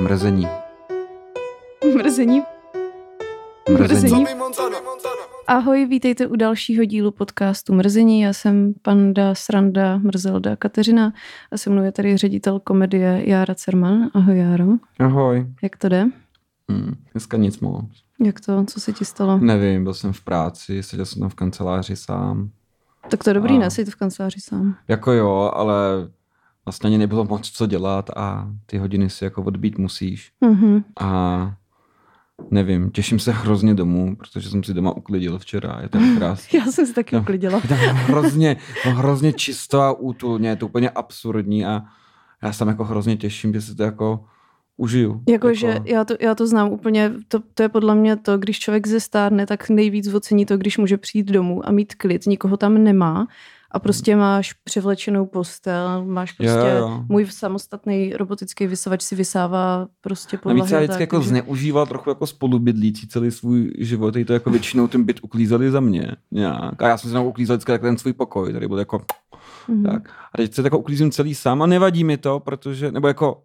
Mrzení. Mrzení. Mrzení. Mrzení. Ahoj, vítejte u dalšího dílu podcastu Mrzení. Já jsem Panda Sranda Mrzelda Kateřina a se mnou je tady ředitel komedie Jára Cerman. Ahoj Járo, Ahoj. jak to jde? Hmm. Dneska nic moc. Jak to, co se ti stalo? Nevím, byl jsem v práci, seděl jsem tam v kanceláři sám. Tak to je dobrý, A- ne? Jsi v kanceláři sám. Jako jo, ale vlastně ani nebylo moc co dělat a ty hodiny si jako odbít musíš. Mhm. A nevím, těším se hrozně domů, protože jsem si doma uklidil včera, je tam krásně. Já jsem si taky Jo. uklidila. Je tam hrozně, no, hrozně čisto a útulně, je to úplně absurdní a já se tam jako hrozně těším, že si to jako užiju. Jako- Jakože Jako, já to, já to znám úplně, to, to je podle mě to, když člověk zestárne, tak nejvíc ocení to, když může přijít domů a mít klid, nikoho tam nemá a prostě máš převlečenou postel, máš prostě Jo, jo. můj samostatný robotický vysavač si vysává prostě podlahy. Navíc já a vždycky jako takže- zneužíval trochu jako spolubydlící celý svůj život, i to jako většinou ten byt uklízeli za mě. Nějak. A já jsem si tam uklízel vždycky tak ten svůj pokoj, tady byl jako Mhm. tak. A teď se tak jako uklízím celý sám a nevadí mi to, protože, nebo jako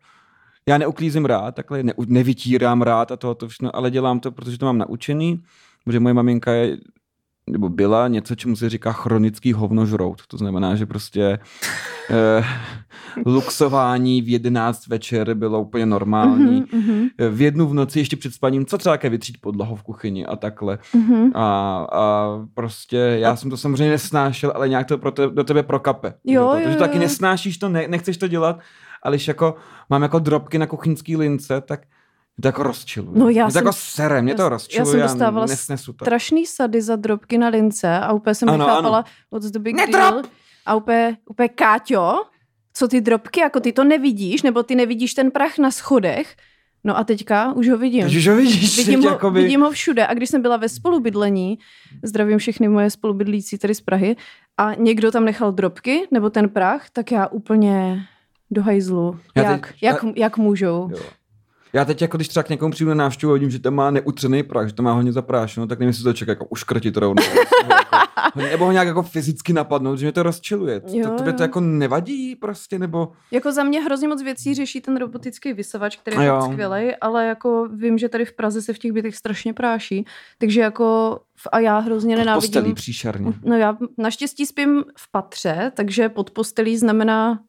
já neuklízím rád, takhle ne, nevytírám rád a tohoto všechno, ale dělám to, protože to mám naučený, protože moje maminka je nebo byla něco, čemu se říká chronický hovnožrout. To znamená, že prostě eh, luxování v 11 večer bylo úplně normální. Mhm, mhm, Eh, V jednu v noci ještě před spaním, co třeba také vytřít podlahu v kuchyni a takhle. mhm. A, a prostě já jsem to samozřejmě nesnášel, ale nějak to pro te, do tebe prokape. že Jo, to, jo, Protože to taky jo. nesnášíš to, ne, nechceš to dělat, ale když jako mám jako drobky na kuchyňský lince, tak mě to jako rozčiluje. No já mě to jsem- jako sere, mě já to jsem- rozčiluje. já jsem dostávala já nesnesu to. Strašný sady za drobky na lince a úplně jsem Ano, nechápala od doby, kdy... Netrop! A úplně, úplně Káťo, co ty drobky, jako ty to nevidíš, nebo ty nevidíš ten prach na schodech. No a teďka už ho vidím. Takže už ho vidíš, Vidím ho, teď jakoby... vidím ho všude. A když jsem byla ve spolubydlení, zdravím všechny moje spolubydlící tady z Prahy, a někdo tam nechal drobky nebo ten prach, tak já úplně do hajzlu. Já Jak, teď- jak, jak můžou? Jo. Já teď jako když třeba k někomu přijdu na návštěvu a vidím, že tam má neutřený prach, že tam má hodně zaprášeno, tak nevím, jestli to čeká jako uškrtit rovnou. Nebo jako, nebo ho nějak jako fyzicky napadnout, že mě to rozčiluje. To, Jo, to, tobě jo. to jako nevadí prostě, nebo... Jako za mě hrozně moc věcí řeší ten robotický vysavač, který je Jo. fakt skvělej, ale jako vím, že tady v Praze se v těch bytech strašně práší, takže jako v- a já hrozně Postelí nenávidím. příšerně. No já naštěstí spím v patře, takže pod postelí znamená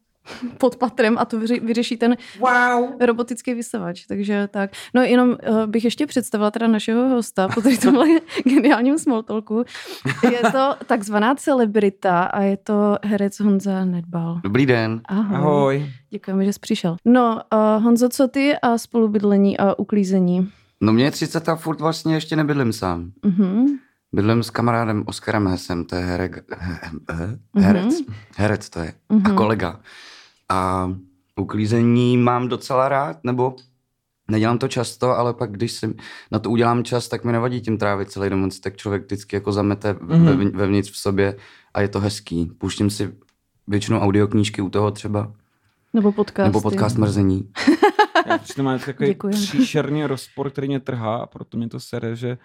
pod patrem a to vyři- vyřeší ten Wow! robotický vysavač, takže tak. No jenom eh, bych ještě představila teda našeho hosta po tady tomhle geniálním smoltolku. Je to takzvaná celebrita a je to herec Honza Nedbal. Dobrý den. Ahoj. Ahoj. Děkujeme, že jsi přišel. No, uh, Honzo, co ty a spolubydlení a uklízení? No mě je 30 a furt vlastně ještě nebydlím sám. Uh-huh. Bydlím s kamarádem Oskarem Hesem, to je herek, he- Mhm. he- herec. Herec to je. A Mhm. kolega. A uklízení mám docela rád, nebo nedělám to často, ale pak když si na to udělám čas, tak mi nevadí tím trávit celý den, tak člověk vždycky jako zamete Mhm. mm-hmm. vev, vevnitř v sobě a je to hezký. Pouštím si většinou audioknížky u toho třeba, Kasty. Nebo podcasty? nebo podcast Mrzení. Já přitom mám takový Děkuji. příšerný rozpor, který mě trhá a proto mě to sere, že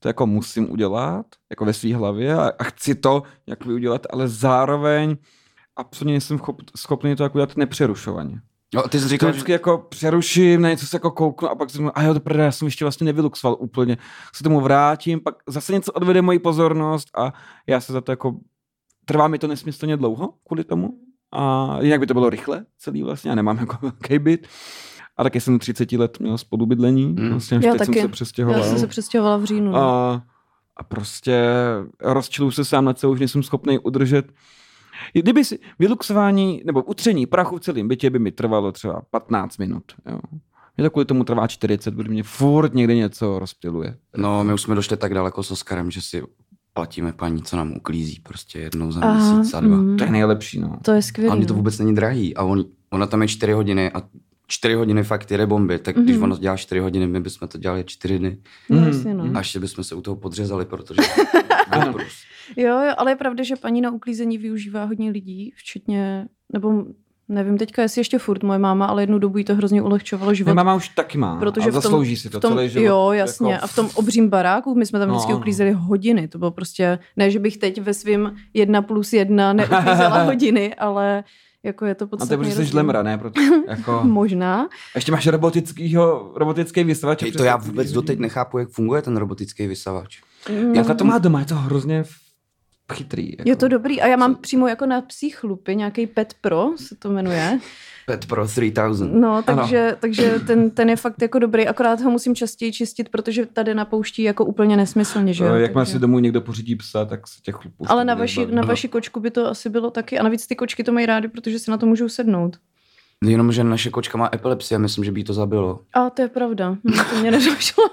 to jako musím udělat, jako ve své hlavě a, a chci to jakoby udělat, ale zároveň absolutně nejsem chop, schopný to jako udělat nepřerušovaně. No, ty jsi To říkal, že... vždycky jako přeruším, na něco se jako kouknu a pak si řeknu, a jo, to prdě, já jsem ještě vlastně nevyluxoval úplně. Se tomu vrátím, pak zase něco odvede moji pozornost a já se za to jako, trvá mi to nesmyslně dlouho kvůli tomu. A jinak by to bylo rychle celý vlastně, já nemám jako velký byt. A taky jsem 30 let měl spolubydlení, Mm. vlastně až Já teď taky. jsem se přestěhoval. Já jsem se přestěhovala v říjnu. no. A... A, a prostě rozčiluju se sám nad sebou, že nejsem schopný udržet. Kdyby si vyluxování nebo utření prachu v celém bytě by mi trvalo třeba 15 minut. Jo. Mě to kvůli tomu trvá 40, protože mě furt někde něco rozptiluje. No, my už jsme došli tak daleko s Oskarem, že si platíme paní, co nám uklízí prostě jednou za Aha, měsíc a dva. mhm. Mm. To je nejlepší, no. To je A skvělé. mě to vůbec není drahý. A on, ona tam je čtyři hodiny a čtyři hodiny fakt jede bomby. Tak Mhm. když mm. ona dělá čtyři hodiny, my bychom to dělali čtyři dny. No, Mm, jasně, no. mm. A ještě bychom se u toho podřezali, protože... Ano. Prus. Jo, jo, ale je pravda, že paní na uklízení využívá hodně lidí, včetně, nebo nevím teďka, jestli ještě furt moje máma, ale jednu dobu jí to hrozně ulehčovalo život. Moje máma už taky má, Protože Protože v tom- zaslouží si to v tom, celý život. Jo, jasně. Jako... A v tom obřím baráku, my jsme tam No, vždycky ano. uklízeli hodiny. To bylo prostě, ne, že bych teď ve svým jedna plus jedna neuklízela hodiny, ale Jako je to A to je podstatně protože jsi rozdíl. žlemra, ne? Proto, jako, Možná. ještě máš robotickýho, robotický vysavač. Ej, to já vůbec doteď nechápu, jak funguje ten robotický vysavač. Mm. Jako to má doma, je to hrozně chytrý. Jako. Je to dobrý. A já mám přímo jako na psí chlupy nějaký Pet Pro, se to jmenuje. Pet Pro 3000. No, takže, takže ten, ten je fakt jako dobrý, akorát ho musím častěji čistit, protože tady napouští jako úplně nesmyslně, že jo? Eh, Jakmile takže... si domů někdo pořídí psa, tak se těch chlupů. Ale na stejně vaši, zbaví. na vaši kočku by to asi bylo taky. A navíc ty kočky to mají rády, protože si na to můžou sednout. Jenom, že naše kočka má epilepsie, myslím, že by jí to zabilo. A to je pravda. Hm, To mě nedošlo.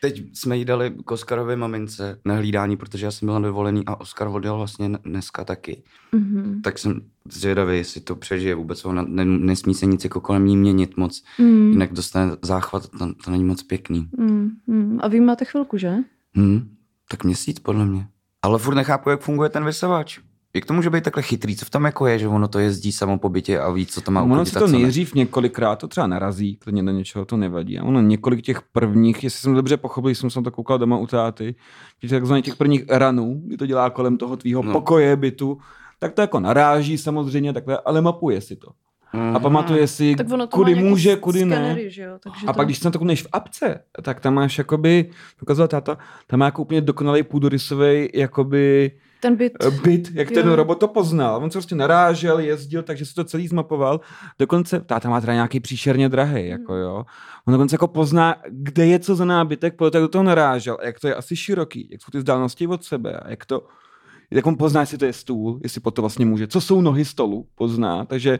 Teď jsme jí dali k Oskarově mamince na hlídání, protože já jsem byla dovolený a Oskar odjel vlastně n- dneska taky. Mhm. Tak jsem zvědavý, jestli to přežije vůbec. Ona ne, nesmí se nic jako kolem ní měnit moc, Mm, jinak dostane záchvat, to, to není moc pěkný. mm, mm. A vy máte chvilku, že? Hm, tak měsíc podle mě. Ale furt nechápu, jak funguje ten vysavač. Jak to může být takhle chytrý? Co v tom jako je, že ono to jezdí samo po bytě a ví, co to má Ono uklidit se a to co ne? nejdřív několikrát, to třeba narazí, klidně na něčeho to nevadí. A ono několik těch prvních, jestli jsem dobře pochopil, když jsem se na to koukal doma u táty, těch takzvaných těch prvních ranů, kdy to dělá kolem toho tvýho No. pokoje, bytu, tak to jako naráží samozřejmě takhle, ale mapuje si to. Mhm. A pamatuje si, Tak ono to má kudy nějaký může, kudy ne. skanery, Že jo? Takže A to- pak, když se na to koukneš v apce, tak tam máš jakoby, ukázal táta, tam má jako úplně dokonalý půdorysový jakoby Ten byt... eh, byt, jak ten Jo. robot to poznal. On se prostě narážel, jezdil, takže si to celý zmapoval. Dokonce, táta má teda nějaký příšerně Hmm. drahý, jako jo. On dokonce jako pozná, kde je co za nábytek, podle toho, jak do toho narážel, a jak to je asi široký, jak jsou ty vzdálenosti od sebe, a jak to, jak on pozná, jestli to je stůl, jestli pod to vlastně může, co jsou nohy stolu, pozná, takže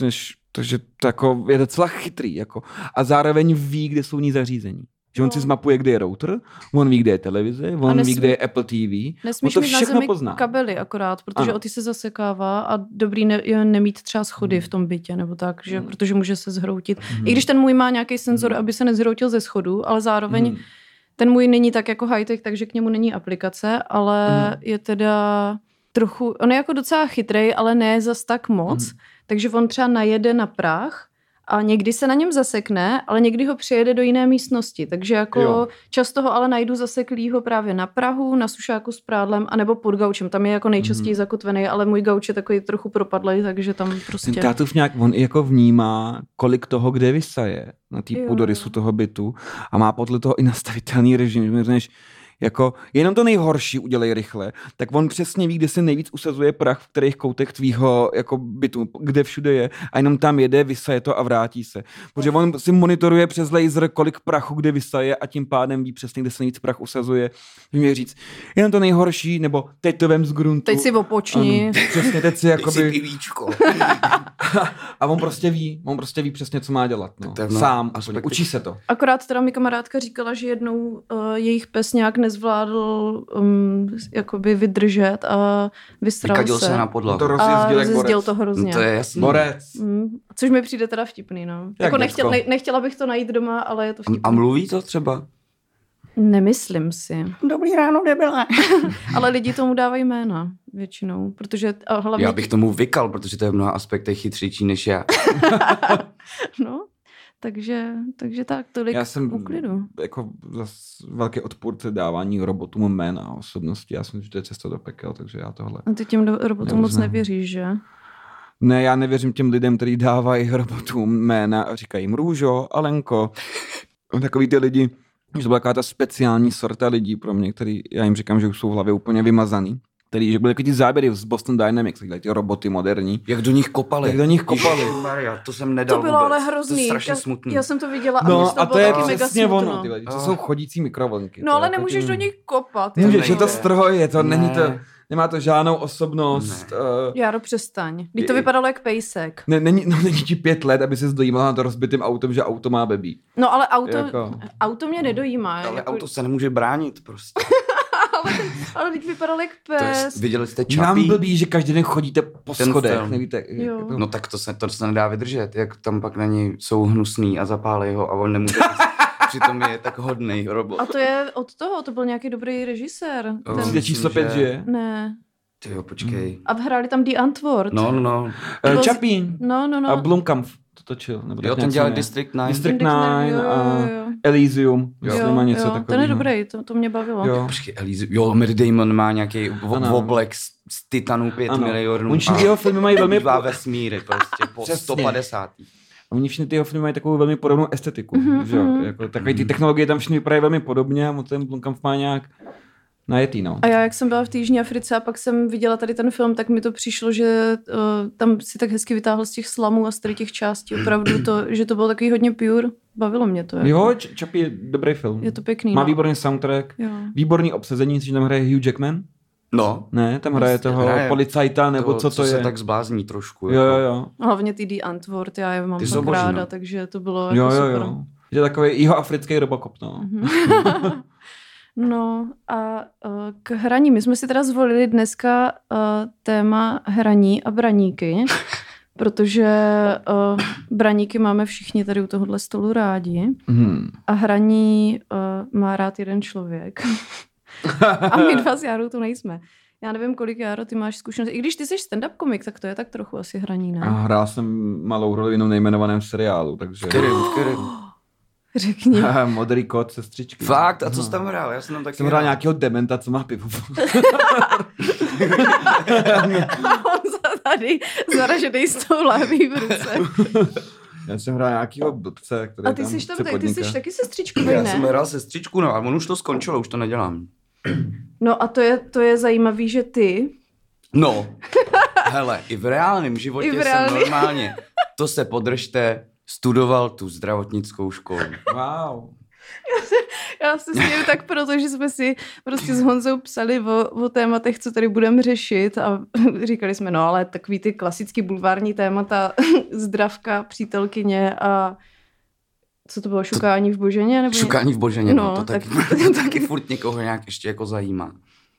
než, takže to jako je docela chytrý. Jako. A zároveň ví, kde jsou ní zařízení. Že on No. si zmapuje, kde je router, on ví, kde je televize, on nesmí- ví, kde je Apple TV. Nesmíš on to mít na všechno zemi pozná. kabely akorát, protože Ano. o ty se zasekává a dobrý ne, je nemít třeba schody Hmm. v tom bytě nebo tak, že, Mm. protože může se zhroutit. I Hmm. když ten můj má nějaký senzor, aby se nezhroutil ze schodu, ale zároveň Mhm. ten můj není tak jako high-tech, takže k němu není aplikace, ale Mhm. je teda trochu, on je jako docela chytrej, ale ne zas tak moc, Mhm. takže on třeba najede na prach a někdy se na něm zasekne, ale někdy ho přijede do jiné místnosti, takže jako Jo. jo. často ho ale najdu zaseklýho právě na Prahu, na sušáku s prádlem, anebo pod gaučem, tam je jako nejčastěji Mhm. zakotvený, ale můj gauč je takový trochu propadlej, takže tam Ten prostě... tátův nějak, on i jako vnímá, kolik toho kde vysaje na té Jo. půdorysu toho bytu a má podle toho i nastavitelný režim, že mi řekneš, jako jenom to nejhorší udělej rychle, tak on přesně ví, kde se nejvíc usazuje prach, v kterých koutech tvýho jako bytu, kde všude je a jenom tam jede, vysaje to a vrátí se. Protože on si monitoruje přes laser, kolik prachu kde vysaje a tím pádem ví přesně, kde se nejvíc prach usazuje. Mě říct, jenom to nejhorší, nebo teď to vem z gruntu. Teď si Ano, opočni. Přesně, teď si Dej si jakoby... pivíčko. A on prostě ví, on prostě ví přesně, co má dělat. No. to je v Sám, mnoha aspoň, aspektech. učí se to. Akorát teda mi kamarádka říkala, že jednou uh, jejich pes nějak nezvládl um, jakoby vydržet a vystral Vykadil se. se na prostě podlahu. To roz- a rozjezdil jak rozjezdil borec. to No hrozně. to je jasný. Borec. Mm, což mi přijde teda vtipný, no. Jak jako nechtěl, ne, děcko. nechtěla bych to najít doma, ale je to vtipný. A mluví to třeba? Nemyslím si. Dobrý ráno, debile. Ale lidi tomu dávají jména většinou, protože a hlavně... Já bych tomu vykal, protože to je v mnoha aspektech chytřejší než já. No, takže, takže tak, tolik Já jsem úklidu. jako zas velký odpůrce dávání robotům jmén a osobnosti. Já si myslím, že to je cesta do pekel, takže já tohle. A ty těm do- robotům moc Neuznám. nevěříš, že? Ne, já nevěřím těm lidem, kteří dávají robotům jména a říkají jim Růžo, Alenko. Takový ty lidi, že to byla taková ta speciální sorta lidí pro mě, který já jim říkám, že už jsou v hlavě úplně vymazaný. Který, že byly takový ty záběry z Boston Dynamics, jak dělají ty roboty moderní. Jak do nich kopali. Jak do nich kopali. Maria, to jsem nedal To bylo vůbec. ale hrozný. To je strašně já, smutný. já jsem to viděla a mě No a to to bylo je taky mega přesně smutno. ono, ty lidi, to jsou chodící mikrovlnky. No to ale jako nemůžeš tím- do nich kopat. Můžeš, jako. je to nejde. stroje, to Ne. není to, nemá to žádnou osobnost. eh, Jaro, přestaň. Teď to Je- vypadalo jak pejsek. Ne, není, no, není ti pět let, aby se zdojímala nad rozbitým autem, že auto má bebí. No ale auto, Jako. auto mě nedojímá. Ale jako, auto se nemůže bránit prostě. ale teď vypadalo jak To je, pes. viděli jste Nám Čapí? blbý, že každý den chodíte po Ten schodech, film. nevíte. jak Jo. je to- No tak to se, to se nedá vydržet, jak tam pak na něj jsou hnusný a zapálej ho a on nemůže nic. Přitom je tak hodný robot. A to je od toho, to byl nějaký dobrý režisér. Jo. Ten... Přijde číslo Myslím, pět, že- že je? Ne. Ty jo, počkej. Hmm. A hráli tam The Antwoord. No, no, no. Eh, byl- Čapín no, no. no. a Blomkamp. to točil. Nebo Jo, tak ten něco, dělal ne? District 9. District- Index Nine, Nine jo, a- jo, jo. Elysium, Jo, jestli má něco jo, takového. Ten je dobrý, to, to mě bavilo. Jo. No, Počkej, Elise, jo, Mary Damon má nějaký vo- Ano. oblek z, z Titanů 5 Ano. milionů. On všichni jeho filmy mají velmi... Dva vesmíry prostě po Přesně. 150. Oni všichni ty jeho filmy mají takovou velmi podobnou estetiku. Mhm, že? jo? mhm. Jako, takový ty technologie tam všichni vypadají velmi podobně a on ten Blomkamp má nějak najetý, no. A já, jak jsem byla v té Jižní Africe a pak jsem viděla tady ten film, tak mi to přišlo, že uh, tam si tak hezky vytáhl z těch slamů a z tady těch částí. Opravdu to, že to bylo takový hodně pure. Bavilo mě to. Jako. Jo, Ch- Chappie je dobrý film. Je to pěkný. Má no. výborný soundtrack, Jo. výborný obsazení, že tam hraje Hugh Jackman. No, Ne, tam hraje Jasně, toho hraje. policajta, nebo co to Jako, se je. tak no. zblázní trošku. jako, Jo, jo, jo. Hlavně ty D. Antwort, já je mám Ty fakt jsou boží, ráda, no. takže to bylo jako Jo, jo, super. jo. Že takový jihoafrický Robocop, no. Mhm. No a eh, k hraní. My jsme si teda zvolili dneska eh, téma hraní a braníky, protože eh, braníky máme všichni tady u tohohle stolu rádi Mhm. Hmm. a hraní eh, má rád jeden člověk. A my dva s Járou tu nejsme. Já nevím, kolik Járo, ty máš zkušenost. I když ty jsi stand-up komik, tak to je tak trochu asi hraní, A ne? hrál jsem malou roli v jenom nejmenovaném seriálu, takže... Kyril, Kyril. Řekni. Modrý kot, sestřičky. Fakt, a co jsi Aha. tam hrál? Já jsem tam taky Jsem hrál nějakého dementa, co má pivo. A on za tady zaražený s tou láví v ruce. Já jsem hrál nějakého blbce, který A ty tam jsi tam, chce tady, ty podnikat. jsi taky sestřičkový, Já jsem ne? hrál sestřičku, no a on už to skončilo, už to nedělám. No a to je, to je zajímavý, že ty, No, hele, i v reálném životě I v v reálném. jsem normálně, to se podržte, studoval tu zdravotnickou školu. Wow. já se směju tak proto, že jsme si prostě s Honzou psali o, o tématech, co tady budeme řešit a říkali jsme, no ale takový ty klasický bulvární témata, zdravka, přítelkyně a co to bylo, šukání v boženě? Nebo ně- Šukání v boženě, no, No, to taky, tak- to taky furt někoho nějak ještě jako zajímá.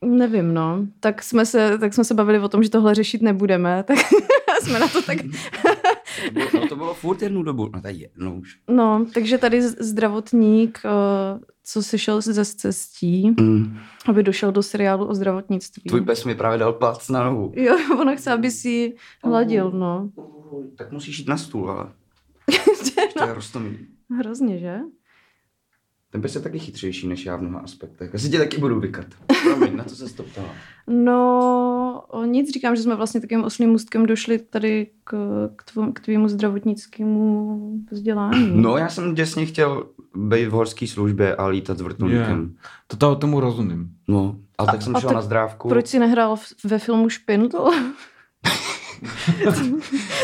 Nevím, no. Tak jsme, se, tak jsme se bavili o tom, že tohle řešit nebudeme, tak jsme na to tak... To bylo, no to bylo furt jednu dobu, no to je jedno už. No, takže tady z- zdravotník, eh, co si šel ze cestí, Mm. aby došel do seriálu o zdravotnictví. Tvůj pes mi právě dal plac na nohu. Jo, ona chce, aby si ji hladil, no. Tak musíš jít na stůl, ale to je rostomilý. Hrozně, že? Ten pes je taky chytřejší než já v mnoha aspektech. Asi tě taky budu vykat. Promiň, na co se to ptala. No, o, nic, říkám, že jsme vlastně takovým oslým můstkem došli tady k, k, tvo, k tvýmu zdravotnickému vzdělání. No, já jsem děsně chtěl být v horské službě a lítat s vrtulníkem. To toho tomu rozumím. No, ale tak jsem a šel tak na zdrávku. Proč jsi nehrál v, ve filmu Špindl?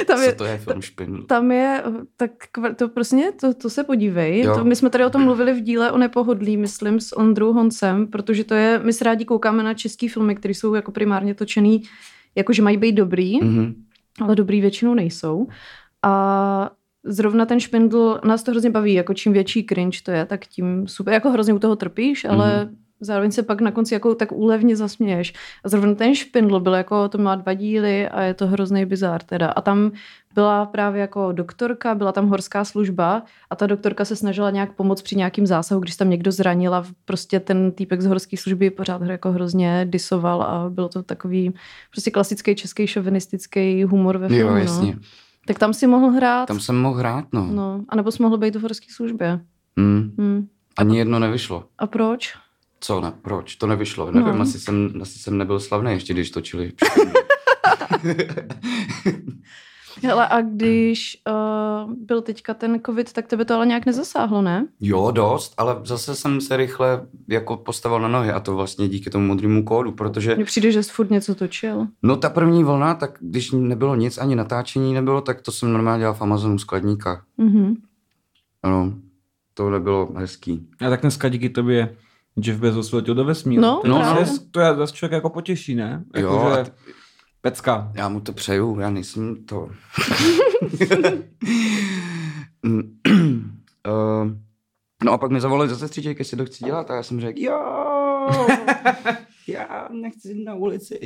tam, Co je, to je film Špindl? tam je, tak kva- to prostě, to, to se podívej. Jo. To, my jsme tady o tom mluvili v díle o nepohodlí, myslím, s Ondrou Honcem, protože to je, my se rádi koukáme na český filmy, které jsou jako primárně točený, jakože mají být dobrý, Mhm. ale dobrý většinou nejsou. A zrovna ten špindl, nás to hrozně baví, jako čím větší cringe to je, tak tím super, jako hrozně u toho trpíš, ale mm zároveň se pak na konci jako tak úlevně zasměješ. A zrovna ten špindl byl jako, to má dva díly a je to hrozný bizár teda. A tam byla právě jako doktorka, byla tam horská služba a ta doktorka se snažila nějak pomoct při nějakým zásahu, když tam někdo zranila, prostě ten týpek z horské služby pořád jako hrozně disoval a bylo to takový prostě klasický český šovinistický humor ve filmu. Jo, no. jasně. Tak tam si mohl hrát. Tam jsem mohl hrát, no. No, a nebo jsi mohl být v horské službě. Mm. Hmm. Ani jedno nevyšlo. A proč? Co, ne, proč? To nevyšlo. Nevím, No. asi, jsem, asi jsem nebyl slavný ještě, když točili. Hele, a když uh, byl teďka ten covid, tak tebe to ale nějak nezasáhlo, ne? jo, dost, ale zase jsem se rychle jako postavil na nohy a to vlastně díky tomu modrému kódu, protože Mně přijde, že jsi furt něco točil. no ta první vlna, tak když nebylo nic, ani natáčení nebylo, tak to jsem normálně dělal v Amazonu skladníka. Mhm. Ano, to nebylo hezký. A tak dneska díky tobě Jeff Bezos letěl do vesmíru. No, to, No, právě. je, to je zase člověk jako potěší, ne? Jako, Jo, a že... t- Pecka. Já mu to přeju, já nejsem to. Mm, eh, no a pak mi zavolali zase stříček, jestli to chci dělat a já jsem řekl, jo, já nechci na ulici.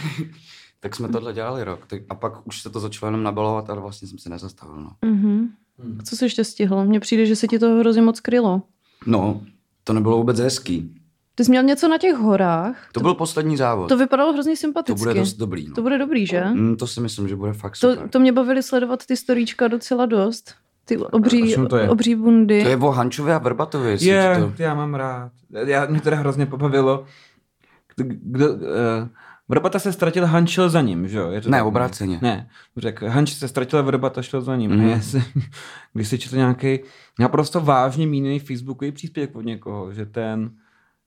tak jsme tohle dělali rok tak, a pak už se to začalo jenom nabalovat a vlastně jsem se nezastavil. No, Mhm. Hmm. Co jsi ještě stihl? Mně přijde, že se ti to hrozně moc krylo. no to nebylo vůbec hezký. Ty jsi měl něco na těch horách. To byl poslední závod. to vypadalo hrozně to sympaticky. bude dost dobrý. No. to bude dobrý, že? Mm, to si myslím, že bude fakt super. To, to mě bavily sledovat ty storíčka docela dost. Ty obří, O čem to je? obří bundy. To je o Hančovi a Vrbatovi, jestli Je, yeah. to... yeah, já mám rád. Já, mě teda hrozně pobavilo. Kdo, uh, Vrbata se ztratil, Han šel za ním, že jo? Je to Ne, tak? obráceně. Ne, řekl, Hanč se ztratil, Vrbata šel za ním. Mhm. Mm. Já jsem, když si četl nějaký naprosto vážně míněný Facebookový příspěvek od někoho, že ten,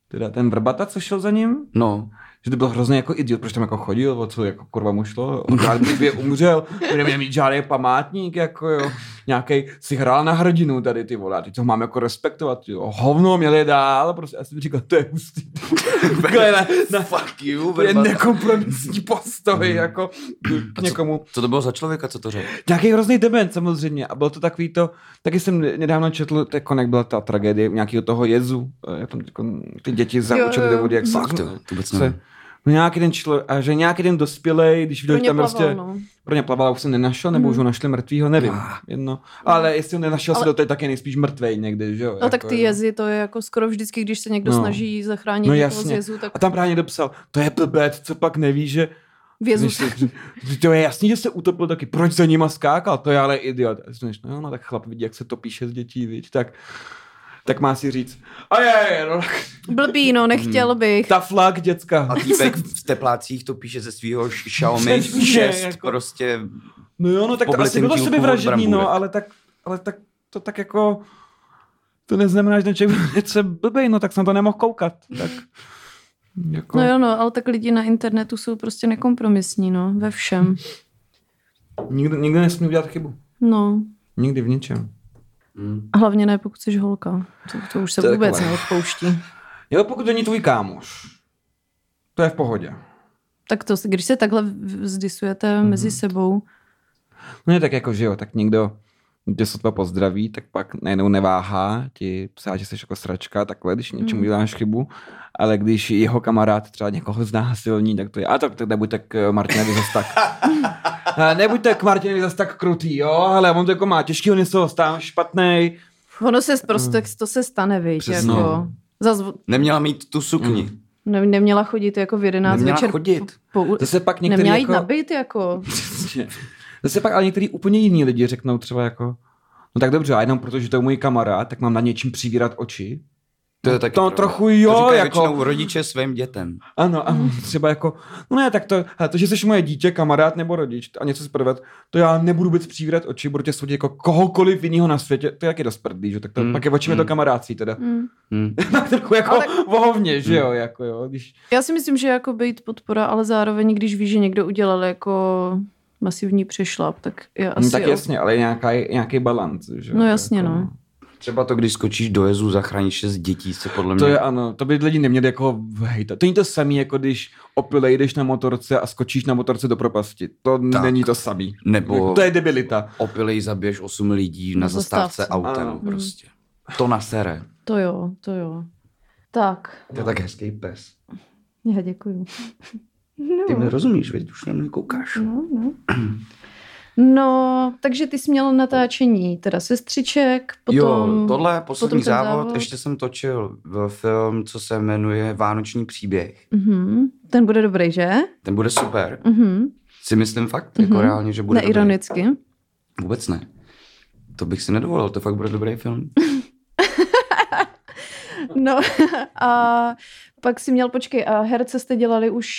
teda ten Vrbata, co šel za ním, No, že to byl hrozně jako idiot, proč tam jako chodil, o co jako kurva mu šlo, on rád by umřel, bude mě mít žádný památník, jako jo, nějaký si hrál na hrdinu tady ty vole, a teď to mám jako respektovat, jo, hovno měli dál, prostě, já jsem říkal, to je hustý, Takhle na, na, fuck you, to je Vrbata. Mhm. nekompromisní postoj, jako k co- někomu. Co to bylo za člověka, co to řekl? Nějaký hrozný dement samozřejmě. A bylo to takový to, taky jsem nedávno četl, tak jako jak byla ta tragédie nějakého toho jezu, eh, jak tam jako ty děti zaučili jo, jo. do vody, jak se- Fakt, to, to vůbec se, nevím. no nějaký ten člověk, a že nějaký ten dospělej, když Pro viděl, že ně tam plaval, prostě, no. pro ně plavala, už jsem nenašel, nebo Mhm. už ho našli mrtvýho, nevím, Ah. jedno. Ale jestli ho nenašel Ale- se do té, tak je nejspíš mrtvej někdy, že jo? jako No tak ty jo. jezy, to je jako skoro vždycky, když se někdo No. snaží zachránit No někoho z jasně. jezu, tak A tam právě někdo psal, to je blbec, co pak neví, že vězu Víš, to- to- to je jasný, že se utopil taky. Proč za nima skákal? To je ale idiot. A Říkáš, no, jo, no tak chlap vidí, jak se topí šest dětí, víš, tak tak má si říct, a je, je, no, Blbý, no, nechtěl bych. ta flak, děcka. A týpek v teplácích to píše ze svého Xiaomi Přesně, 6, jako. prostě No jo, no tak to Poblitým asi bylo tílku od sebevražední, brambůrek. no, ale tak, ale tak to tak jako, to neznamená, že ten člověk byl něco blbej, no tak jsem to nemohl koukat. Tak, jako, No jo, no, ale tak lidi na internetu jsou prostě nekompromisní, no, ve všem. nikdy, nikdy nesmí udělat chybu. No, Nikdy v ničem. Mm. a hlavně ne, pokud jsi holka. To, to už se To je vůbec takové. neodpouští. Jo, pokud není tvůj kámoš, to je v pohodě. Tak to, když se takhle v- zdisujete mezi sebou, No je tak jako, že jo, tak někdo tě sotva pozdraví, tak pak najednou neváhá ti psát, že jsi jako sračka, takhle, když něčemu Mm. děláš chybu, ale když jeho kamarád třeba někoho znásilní, tak to je, a tak, tak nebuď tak eh, Martinovi zas tak. A nebuď tak Martinovi zas tak krutý, jo, ale on to jako má těžký, on je z toho stám špatnej. ono se prostě, to se stane, víš, Přesně. jako. Zas neměla mít tu sukni. Mm. ne, neměla chodit jako v 11 Neměla večer. chodit. Po, po, Zase pak některý neměla jít jako... na byt, jako. Přesně. Zase pak ale některý úplně jiní lidi řeknou třeba jako, no tak dobře, a jenom protože to je můj kamarád, tak mám na něčím přivírat oči. No, To je taky to pravda. trochu jo, to říkají jako- většinou rodiče svým dětem. Ano, a třeba jako, no ne, tak to, hele, to, že jsi moje dítě, kamarád nebo rodič a něco zprvet, to já nebudu vůbec přivírat oči, budu tě soudit jako kohokoliv jiného na světě, to je jak je dost prdý, že? Tak to, Mm, mm, pak je očím mm. mm. to kamarádství teda. Mm. Mm. tak trochu jako Ale tak... vohovně, že Mm. jo, jako jo, když... Já si myslím, že jako být podpora, ale zároveň, když víš, že někdo udělal jako masivní přešlap, tak je asi... Asi Mm, tak jo. jasně, ale nějaká, nějaký balans, že jo. No to jasně, jako, no. Třeba to, když skočíš do jezu, zachráníš šest dětí, se podle mě... To je ano, to by lidi neměli jako hejta. To není to samý, jako když opilej jdeš na motorce a skočíš na motorce do propasti. To Tak. tak. není to samý. Nebo- To je debilita. Opilej zabiješ osm lidí na Na zastávce, zastávce. autem, Ano. prostě. To nasere. To jo, to jo. Tak, To je tak hezký pes. já děkuju. Ty mi No, rozumíš, veď už na mě koukáš. no, no. no, takže ty jsi měl natáčení, teda sestřiček, potom... jo, tohle je poslední ten závod, závod. ještě jsem točil v film, co se jmenuje Vánoční příběh. Mhm, ten bude dobrý, že? Ten bude super. Mhm. Si myslím fakt, jako Mhm. reálně, že bude dobrý. Neironicky. Vůbec ne. To bych si nedovolil, to fakt bude dobrý film. No a pak si měl, počkej, a herce jste dělali už...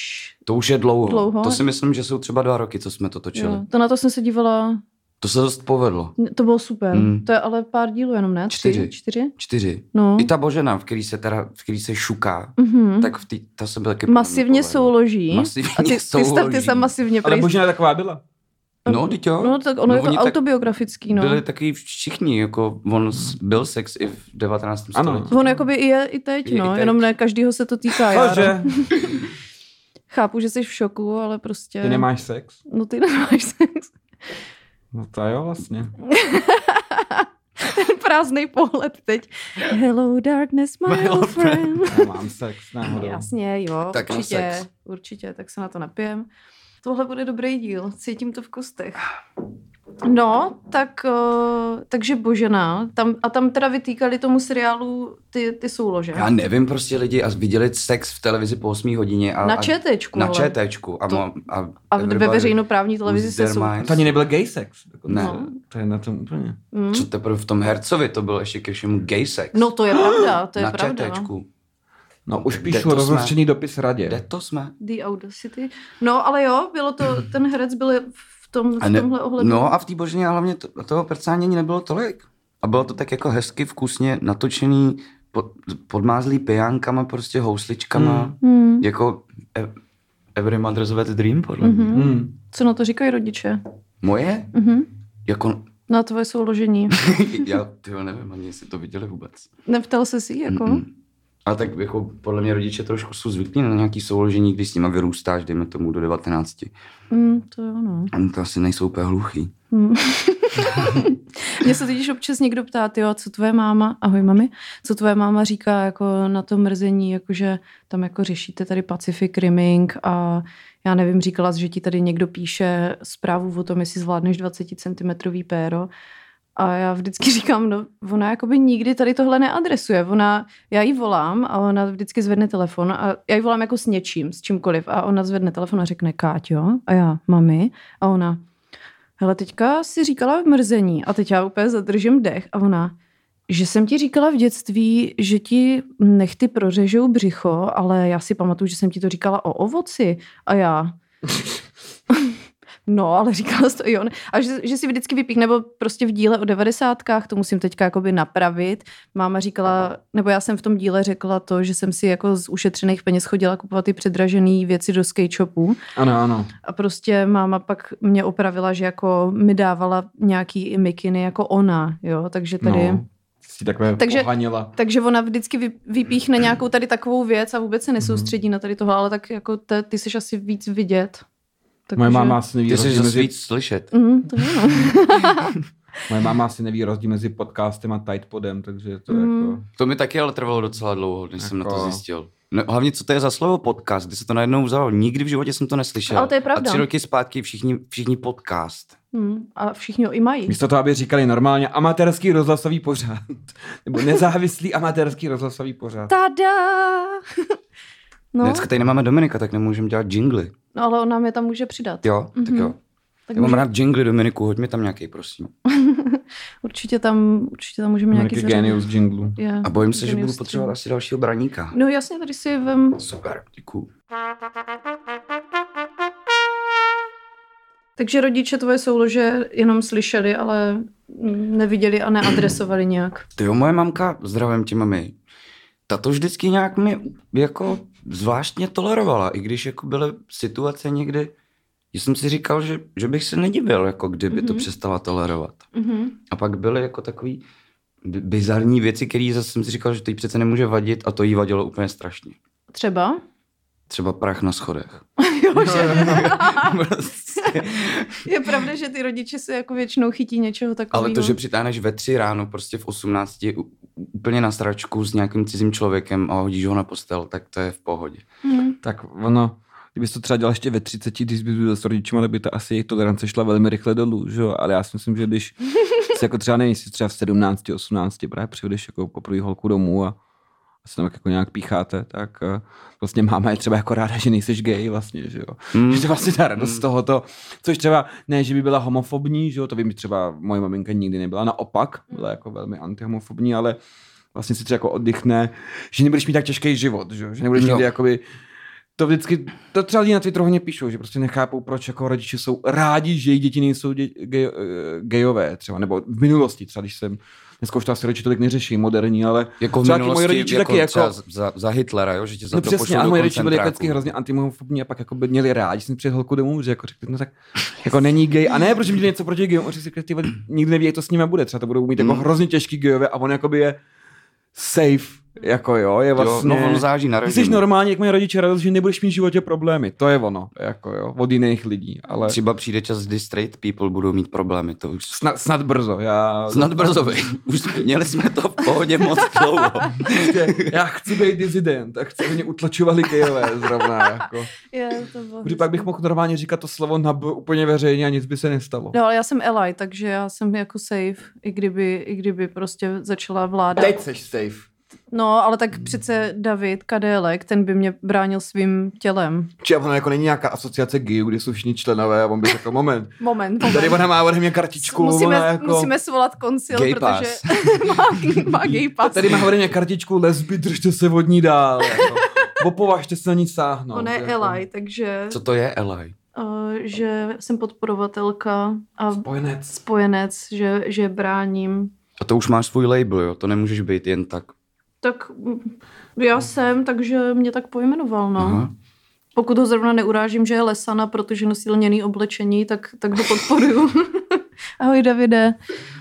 To už je dlouho. Dlouho? To si myslím, že jsou třeba dva roky, co jsme to točili. Jo, to na to jsem se dívala To se dost povedlo. To bylo super. Mm. Mm. To je ale pár dílů jenom, ne? Tři, Čtyři. Čtyři? Čtyři. No. I ta Božena, v který se, teda, v který se šuká, mm-hmm. tak v tý, ta se byl taky... podle mě masivně povedla. souloží. Masivně a ty, ty, tam, souloží. ty se masivně Ale prej- možná taková byla. No, teď jo. No tak ono je to oni tak autobiografický, no. Byli taky všichni, jako on s- byl sex i v 19. Ano. století. On jakoby i je i teď, Je no. i teď. Jenom ne každýho se to týká. Já Takže chápu, že jsi v šoku, ale prostě... ty nemáš sex. No ty nemáš sex. No to jo, vlastně. Prázdnej pohled teď. Hello darkness, my, My old old friend. friend. Nemám sex, náhodou. Jasně, jo, Tak tak na určitě, sex. určitě, tak se na to napijem. Tohle bude dobrý díl, cítím to v kostech. No, tak, uh, takže Božena. Tam, a tam teda vytýkali tomu seriálu ty, ty soulože. Já nevím, prostě lidi a viděli sex v televizi po 8 hodině. A, Na a- četečku, Na ale. četečku. A, To- mo- a, A ve everybody veřejnoprávní televizi lose se their jsou. minds. To ani nebyl gay sex. dokonce. Ne. No. To je na tom úplně. Mm. Co teprve v tom hercovi, to byl ještě ke všemu gay sex. No to je pravda, to je na pravda. no. četečku. No, už Kde píšu to rozhořčený dopis radě. Kde to jsme? The Audacity. No, ale jo, bylo to, ten herec byl v, tom, v tomhle ohledu. no a v té božině hlavně to, toho prcání ani nebylo tolik. A bylo to tak jako hezky, vkusně natočený, pod, podmázlý pijánkama, prostě housličkama. Hmm. Hmm. Jako ev, Every Mother's Wet Dream, podle mě. Mhm. Hmm. Co na to říkají rodiče? Moje? Mhm. Jako, Na tvoje souložení. já tyjo, nevím ani, jestli to viděli vůbec. Neptal se si, jako? Mm-mm. A tak jako podle mě rodiče trošku jsou zvyklí na nějaký souložení, když s nima vyrůstáš, dejme tomu do 19. Mm, to jo, no. Oni to asi nejsou úplně hluchý. Hmm. Mě se totiž občas někdo ptá, jo, co tvoje máma, ahoj mami, co tvoje máma říká jako na to mrzení, jakože tam jako řešíte tady Pacific Rimming a já nevím, říkala jsi, že ti tady někdo píše zprávu o tom, jestli zvládneš 20 cm péro. A já vždycky říkám, no ona jakoby nikdy tady tohle neadresuje. Ona, já jí volám a ona vždycky zvedne telefon a já jí volám jako s něčím, s čímkoliv a ona zvedne telefon a řekne Káťo a já mami a ona hele teďka si říkala v mrzení a teď já úplně zadržím dech a ona že jsem ti říkala v dětství, že ti nechty prořežou břicho, ale já si pamatuju, že jsem ti to říkala o ovoci a já No, ale říkala jsi to i on. A že, že si vždycky vypík, nebo prostě v díle o devadesátkách, to musím teďka jakoby napravit. Máma říkala, nebo já jsem v tom díle řekla to, že jsem si jako z ušetřených peněz chodila kupovat ty předražené věci do skate shopu. Ano, ano. A prostě máma pak mě opravila, že jako mi dávala nějaký i mikiny jako ona, jo, takže tady... No. No. Si takhle Takže- Takže... pohanila. Takže ona vždycky vy- vypíchne nějakou tady takovou věc a vůbec se Mhm. nesoustředí na tady tohle, ale tak jako te, ty jsi asi víc vidět. Takže... Moje máma, asi neví Ty jsi rozdíl zase mezi, víc slyšet. Mm, to je, no. moje máma asi neví rozdíl mezi podcastem a Tidepodem, takže to Mhm. jako... To mi taky ale trvalo docela dlouho, než jsem na to Jako- zjistil. No, hlavně, co to je za slovo podcast, kdy se to najednou vzalo. Nikdy v životě jsem to neslyšel. Ale to je pravda. A tři roky zpátky všichni, všichni podcast. Hmm, a všichni ho i mají. Místo toho, aby říkali normálně amatérský rozhlasový pořád. Nebo nezávislý amatérský rozhlasový pořád. Tada! No. No, Dneska tady nemáme Dominika, tak nemůžeme dělat jingly. no, ale on nám je tam může přidat. Jo, mm-hmm. tak Mhm. jo. Tak Já mám může, rád jingly, Dominiku, hoď mi tam nějaký, prosím. určitě, tam, určitě tam můžeme nějaký Nějaký zařadit. genius jinglu. Je, A bojím se, že genius budu tří. potřebovat asi dalšího braníka. No jasně, tady si vem... Super, děkuju. Takže rodiče tvoje soulože jenom slyšeli, ale mm, neviděli a neadresovali nějak. Ty jo, moje mamka, zdravím tě, mami. Ta to vždycky nějak mi jako zvláštně tolerovala, i když jako byly situace někdy, že jsem si říkal, že, že bych se nedivil, jako kdyby mm-hmm. to Mhm. přestala tolerovat. Mhm. A pak byly jako takový bi- bizarní věci, které zase jsem si říkal, že to jí přece nemůže vadit a to jí vadilo úplně strašně. Třeba? Třeba prach na schodech. jo, že prostě. je pravda, že ty rodiče se jako většinou chytí něčeho takového. Ale to, že přitáhneš ve tři ráno, prostě v 18, u- úplně na stračku s nějakým cizím člověkem a hodíš ho na postel, tak to je v pohodě. Mhm. Tak ono, kdyby to třeba dělal ještě ve 30, když bys byl s rodičima, tak by ta asi jejich tolerance šla velmi rychle dolů, že jo? Ale já si myslím, že když se jako třeba nevím, jestli třeba v 17, 18 právě přivedeš jako poprvé holku domů a a se tam tak jako nějak pícháte, tak eh, vlastně máma je třeba jako ráda, že nejseš gay vlastně, že jo. Hmm. Že to vlastně ta radost Hmm. z tohoto, což třeba ne, že by byla homofobní, že jo, to by mi třeba moje maminka nikdy nebyla, naopak byla jako velmi antihomofobní, ale vlastně si třeba jako oddychne, že nebudeš mít tak těžký život, že jo, že nebudeš Jo. nikdy jakoby to vždycky, to třeba lidi na Twitteru hodně píšou, že prostě nechápou, proč jako rodiče jsou rádi, že jejich děti nejsou dě, gej, eh, gejové třeba, nebo v minulosti třeba, když jsem, dneska už to asi rodiče tolik neřeší, moderní, ale Jako v třeba ti minulosti, moji rodiče jako taky třeba jako, za, za, Hitlera, jo? že tě za no to přesně, pošlou ale do moji rodiče byli koncentráku. vždycky hrozně antihomofobní a pak jako by měli rádi, že jsem přijel holku domů, že jako řekli, no tak jako není gay. A ne, protože měli něco proti gayům, on řekl, ty vole, nikdy neví, jak to s nimi bude, třeba to budou mít jako Mm. hrozně těžký gejové a on jako by je safe Jako jo, je vlastně... Jo, no, ono záží na Ty rodinu. jsi normálně, jak mají rodiče radost, že nebudeš mít v životě problémy. To je ono, jako jo, od jiných lidí. Ale Třeba přijde čas, kdy straight people budou mít problémy, to už... snad, snad brzo. Já, Snad brzo, vej. už jsme- měli jsme to v pohodě moc dlouho. prostě, já chci být dizident a chci, aby mě utlačovali gejové zrovna. Jako. Je, to bylo Protože pak bych mohl normálně říkat to slovo na b úplně veřejně a nic by se nestalo. No ale já jsem Eli, takže já jsem jako safe, i kdyby, i kdyby prostě začala vláda. seš safe. No, ale tak přece David Kadélek, ten by mě bránil svým tělem. Či ono jako není nějaká asociace gejů, kde jsou všichni členové a on by řekl, moment, Moment, moment. tady ona má ode mě kartičku, musíme, ona jako... musíme svolat koncil, Gay protože pass. má, má gay pass. Tady má ode mě kartičku, lesby, držte se vodní dál. Jako. Opovažte se na ní No, sáhnout. Ona je jako. Eli, takže Co to je, Eli? uh, že jsem podporovatelka a Spojenec. spojenec, že, že bráním. A to už máš svůj label, jo? To nemůžeš být jen tak. Tak mm, já jsem, takže mě tak pojmenoval, no. Aha. Pokud ho zrovna neurážím, že je lesana, protože nosí lněný oblečení, tak, tak ho podporuju. Ahoj Davide.